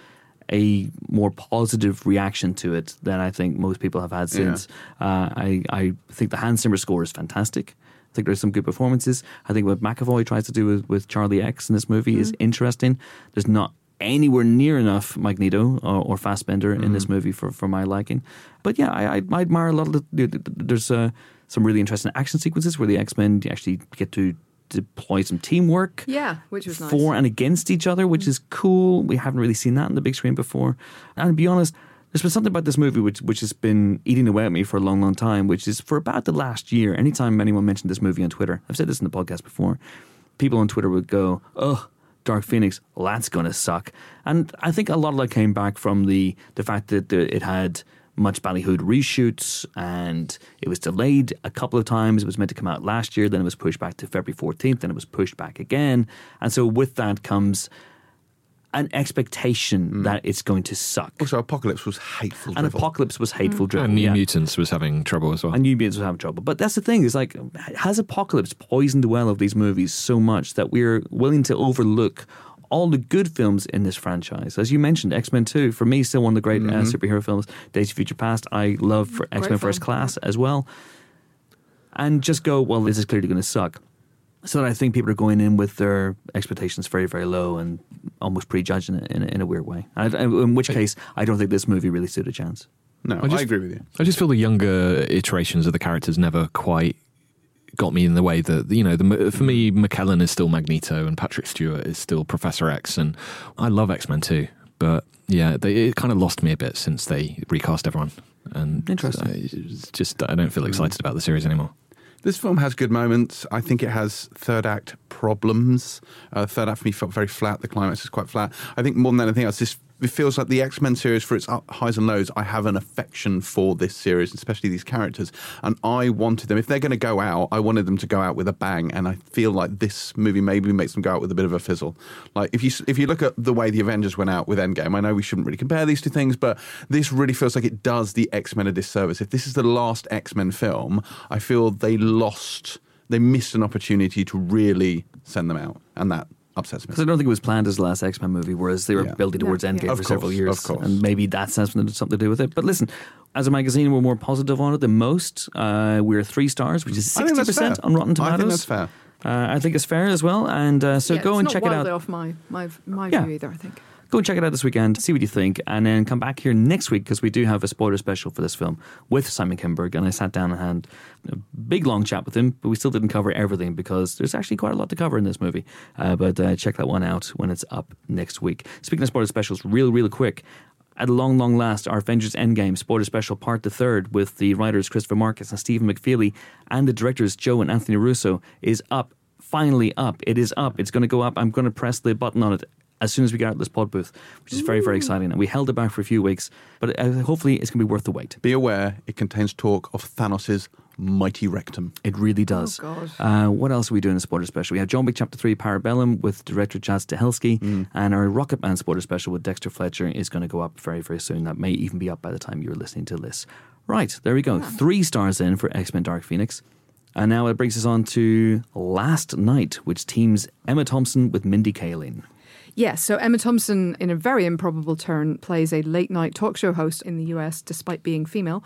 [SPEAKER 1] a more positive reaction to it than I think most people have had since. Uh, I, I think the Hans Zimmer score is fantastic. I think there's some good performances. I think what McAvoy tries to do with, with Charlie X in this movie is interesting. There's not anywhere near enough Magneto or, or Fassbender in this movie for, for my liking. But yeah, I, I, I admire a lot of the. the- the- There's uh, some really interesting action sequences where the X Men actually get to deploy some teamwork
[SPEAKER 3] Yeah, which was nice. Mm.
[SPEAKER 1] for and against each other, which is cool. We haven't really seen that on the big screen before. And to be honest, there's been something about this movie which which has been eating away at me for a long, long time, which is for about the last year, anytime anyone mentioned this movie on Twitter, I've said this in the podcast before, people on Twitter would go, Oh, Dark Phoenix, well, that's gonna suck. And I think a lot of that came back from the the fact that the, it had much ballyhooed reshoots and it was delayed a couple of times. It was meant to come out last year, then it was pushed back to February 14th, then it was pushed back again. And so with that comes an expectation that it's going to suck.
[SPEAKER 5] Mm. Also, Apocalypse was hateful. Mm.
[SPEAKER 1] and
[SPEAKER 5] drivel.
[SPEAKER 1] Apocalypse was hateful driven.
[SPEAKER 4] and New
[SPEAKER 1] yeah.
[SPEAKER 4] Mutants was having trouble as well.
[SPEAKER 1] And New Mutants would have trouble. But that's the thing, is like has Apocalypse poisoned the well of these movies so much that we're willing to overlook all the good films in this franchise. As you mentioned, X Men 2, for me, still one of the great uh, superhero films. Days of Future Past, I love for X Men
[SPEAKER 3] film,
[SPEAKER 1] First Class as well. And just go, well, this is clearly going to suck. So that I think people are going in with their expectations very, very low and almost prejudging it in, a- in a weird way. And, and in which case, I don't think this movie really stood a chance.
[SPEAKER 5] no, I,
[SPEAKER 4] I just-
[SPEAKER 5] agree with you.
[SPEAKER 4] I just feel the younger iterations of the characters never quite got me in the way that you know. The, for me, McKellen is still Magneto, and Patrick Stewart is still Professor X, and I love X Men too. But yeah, they, it kind of lost me a bit since they recast everyone. And
[SPEAKER 1] Interesting.
[SPEAKER 4] I- it's just I don't feel excited about the series anymore.
[SPEAKER 5] This film has good moments. I think it has third act problems. Uh, third act for me felt very flat. The climax is quite flat. I think more than anything else, this it feels like the X Men series, for its up- highs and lows, I have an affection for this series, especially these characters. And I wanted them, if they're going to go out, I wanted them to go out with a bang. And I feel like this movie maybe makes them go out with a bit of a fizzle. Like if you s- if you look at the way the Avengers went out with Endgame, I know we shouldn't really compare these two things, but this really feels like it does the X Men a disservice. If this is the last X Men film, I feel they lost, they missed an opportunity to really send them out, and that upsets me.
[SPEAKER 1] Because I don't think it was planned as the last X Men movie, whereas they were
[SPEAKER 5] Yeah.
[SPEAKER 1] building towards
[SPEAKER 3] Yeah,
[SPEAKER 1] Endgame
[SPEAKER 3] yeah.
[SPEAKER 5] Of
[SPEAKER 1] for several
[SPEAKER 5] course,
[SPEAKER 1] years.
[SPEAKER 5] of course.
[SPEAKER 1] And maybe that's has something something to do with it. But listen, as a magazine, we're more positive on it than most. Uh, we're three stars, which is
[SPEAKER 5] I think
[SPEAKER 1] sixty
[SPEAKER 5] that's
[SPEAKER 1] percent
[SPEAKER 5] fair.
[SPEAKER 1] on Rotten
[SPEAKER 5] I
[SPEAKER 1] Tomatoes.
[SPEAKER 5] think that's fair.
[SPEAKER 1] Uh, I think it's fair as well. And uh, so
[SPEAKER 3] Yeah,
[SPEAKER 1] go
[SPEAKER 3] it's
[SPEAKER 1] and
[SPEAKER 3] not
[SPEAKER 1] check it
[SPEAKER 3] wildly
[SPEAKER 1] out.
[SPEAKER 3] off my my my
[SPEAKER 1] Yeah.
[SPEAKER 3] view either. I think.
[SPEAKER 1] Go and check it out this weekend. See what you think, and then come back here next week because we do have a spoiler special for this film with Simon Kinberg. And I sat down and had a big long chat with him, but we still didn't cover everything because there's actually quite a lot to cover in this movie. Uh, but uh, check that one out when it's up next week. Speaking of spoiler specials, real real quick. At long, long last, our Avengers Endgame spoiler special part the third with the writers Christopher Marcus and Stephen McFeely and the directors Joe and Anthony Russo is up finally up. It is up. It's going to go up. I'm going to press the button on it as soon as we get out of this pod booth, which is very, very exciting. And we held it back for a few weeks, but uh, hopefully it's going to be worth the wait.
[SPEAKER 5] Be aware, it contains talk of Thanos' mighty rectum.
[SPEAKER 1] It really does.
[SPEAKER 3] God.
[SPEAKER 1] Uh, what else are we doing in the spoiler special? We have John Wick Chapter 3 Parabellum with director Chaz Stahelski, and our Rocket Man spoiler special with Dexter Fletcher is going to go up very, very soon. That may even be up by the time you're listening to this. Right, there we go. Three stars in for X Men Dark Phoenix. And now it brings us on to Last Night, which teams Emma Thompson with Mindy Kaling.
[SPEAKER 3] Yes, so Emma Thompson, in a very improbable turn, plays a late night talk show host in the US, despite being female.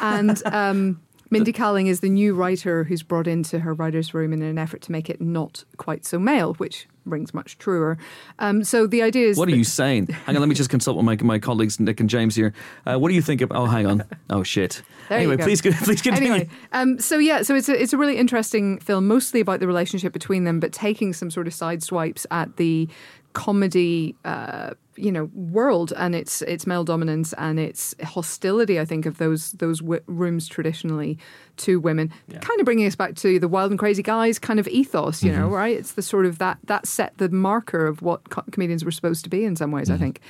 [SPEAKER 3] And um, Mindy Kaling is the new writer who's brought into her writer's room in an effort to make it not quite so male, which rings much truer. Um, so the idea is.
[SPEAKER 1] What are
[SPEAKER 3] that-
[SPEAKER 1] you saying? Hang on, let me just consult with my, my colleagues Nick and James here. Uh, what do you think of? Oh, hang on. Oh shit.
[SPEAKER 3] There
[SPEAKER 1] anyway,
[SPEAKER 3] you go.
[SPEAKER 1] please go- please continue.
[SPEAKER 3] Anyway, um, so yeah, so it's a, it's a really interesting film, mostly about the relationship between them, but taking some sort of side swipes at the comedy, uh, you know, world and its its male dominance and its hostility. I think of those those w- rooms traditionally to women, kind of bringing us back to the wild and crazy guys kind of ethos. You know, right? It's the sort of that that set the marker of what co- comedians were supposed to be in some ways. I think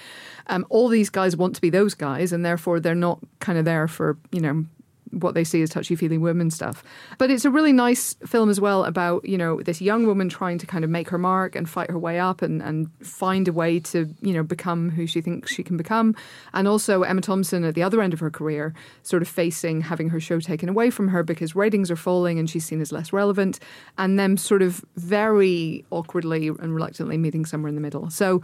[SPEAKER 3] um, all these guys want to be those guys, and therefore they're not kind of there for you know what they see as touchy feely women stuff. But it's a really nice film as well about, you know, this young woman trying to kind of make her mark and fight her way up and, and find a way to, you know, become who she thinks she can become. And also Emma Thompson at the other end of her career, sort of facing having her show taken away from her because ratings are falling and she's seen as less relevant. And them sort of very awkwardly and reluctantly meeting somewhere in the middle. So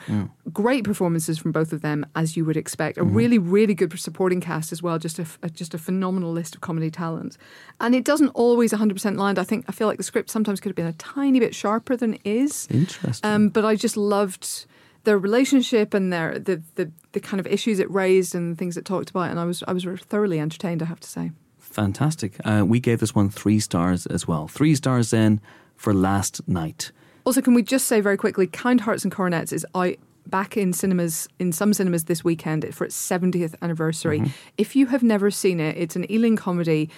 [SPEAKER 3] great performances from both of them, as you would expect. A really, really good supporting cast as well. Just a, f- a- just a phenomenal list of comedy talent, and it doesn't always 100% land. I think I feel like the script sometimes could have been a tiny bit sharper than it is.
[SPEAKER 1] Interesting.
[SPEAKER 3] Um, but I just loved their relationship and their the, the the kind of issues it raised and the things it talked about, and I was I was thoroughly entertained. I have to say.
[SPEAKER 1] Fantastic. Uh, we gave this one three stars as well. Three stars then for Last Night.
[SPEAKER 3] Also, can we just say very quickly, Kind Hearts and Coronets is out back in cinemas in some cinemas this weekend for its 70th anniversary.
[SPEAKER 1] Mm-hmm.
[SPEAKER 3] If you have never seen it, it's an Ealing comedy.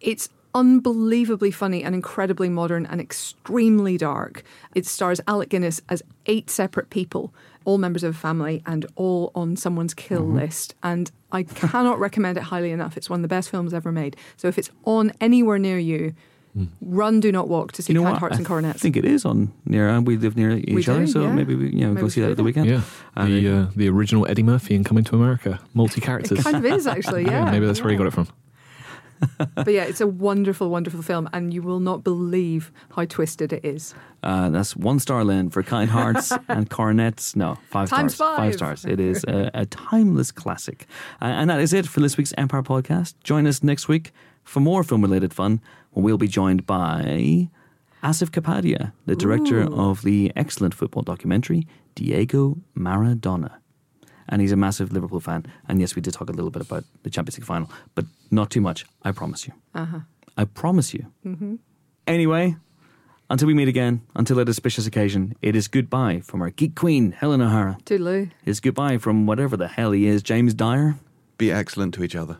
[SPEAKER 3] It's unbelievably funny and incredibly modern and extremely dark. It stars Alec Guinness as eight separate people, all members of a family and all on someone's kill
[SPEAKER 1] Mm-hmm.
[SPEAKER 3] list. And I cannot recommend it highly enough. It's one of the best films ever made. So if it's on anywhere near you, run do not walk to see
[SPEAKER 1] Hmm. You know
[SPEAKER 3] Kind
[SPEAKER 1] what?
[SPEAKER 3] Hearts and
[SPEAKER 1] I
[SPEAKER 3] Coronets.
[SPEAKER 1] think it is on near, and we live near each
[SPEAKER 3] We do,
[SPEAKER 1] other, so
[SPEAKER 3] yeah.
[SPEAKER 1] maybe we you know
[SPEAKER 3] Maybe
[SPEAKER 1] go
[SPEAKER 3] we
[SPEAKER 1] see
[SPEAKER 3] should
[SPEAKER 1] that
[SPEAKER 3] do
[SPEAKER 1] at the
[SPEAKER 3] that.
[SPEAKER 1] weekend.
[SPEAKER 4] Yeah,
[SPEAKER 1] And
[SPEAKER 4] the uh, the original Eddie Murphy in Coming to America, multi characters.
[SPEAKER 3] It kind of is actually, yeah.
[SPEAKER 4] maybe that's where he got it from.
[SPEAKER 3] But yeah, it's a wonderful, wonderful film, and you will not believe how twisted it is.
[SPEAKER 1] Uh, that's one star then for Kind Hearts and Coronets. No, five
[SPEAKER 3] Times
[SPEAKER 1] stars.
[SPEAKER 3] five.
[SPEAKER 1] stars. It is a, a timeless classic. Uh, and that is it for this week's Empire podcast. Join us next week for more film related fun when we'll be joined by Asif Kapadia, the director
[SPEAKER 3] Ooh.
[SPEAKER 1] of the excellent football documentary Diego Maradona. And he's a massive Liverpool fan. And yes, we did talk a little bit about the Champions League final, but not too much. I promise you.
[SPEAKER 3] Uh-huh.
[SPEAKER 1] I promise you.
[SPEAKER 3] Mm-hmm.
[SPEAKER 1] Anyway, until we meet again, until that auspicious occasion, it is goodbye from our geek queen, Helen O'Hara.
[SPEAKER 3] Toodaloo.
[SPEAKER 1] It's goodbye from whatever the hell he is, James Dyer.
[SPEAKER 5] Be excellent to each other.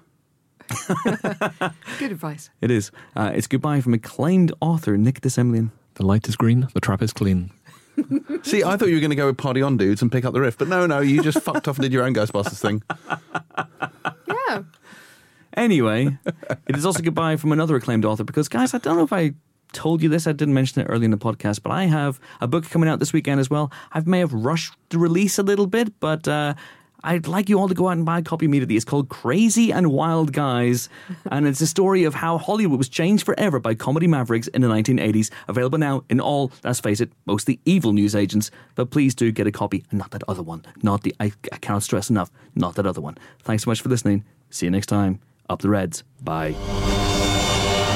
[SPEAKER 3] Good advice.
[SPEAKER 1] It is. Uh, it's goodbye from acclaimed author Nick Dissemblian.
[SPEAKER 4] The light is green, the trap is clean.
[SPEAKER 5] See, I thought you were going to go with Party On Dudes and pick up the riff, but no, no, you just fucked off and did your own Ghostbusters thing.
[SPEAKER 3] Yeah.
[SPEAKER 1] Anyway, it is also goodbye from another acclaimed author because, guys, I don't know if I told you this. I didn't mention it early in the podcast, but I have a book coming out this weekend as well. I may have rushed the release a little bit, but uh, I'd like you all to go out and buy a copy immediately. It's called Crazy and Wild Guys, and it's a story of how Hollywood was changed forever by comedy mavericks in the 1980s. Available now in all, let's face it, mostly evil newsagents. But please do get a copy, and not that other one. Not the I, I cannot stress enough, not that other one. Thanks so much for listening. See you next time. Up the Reds. Bye.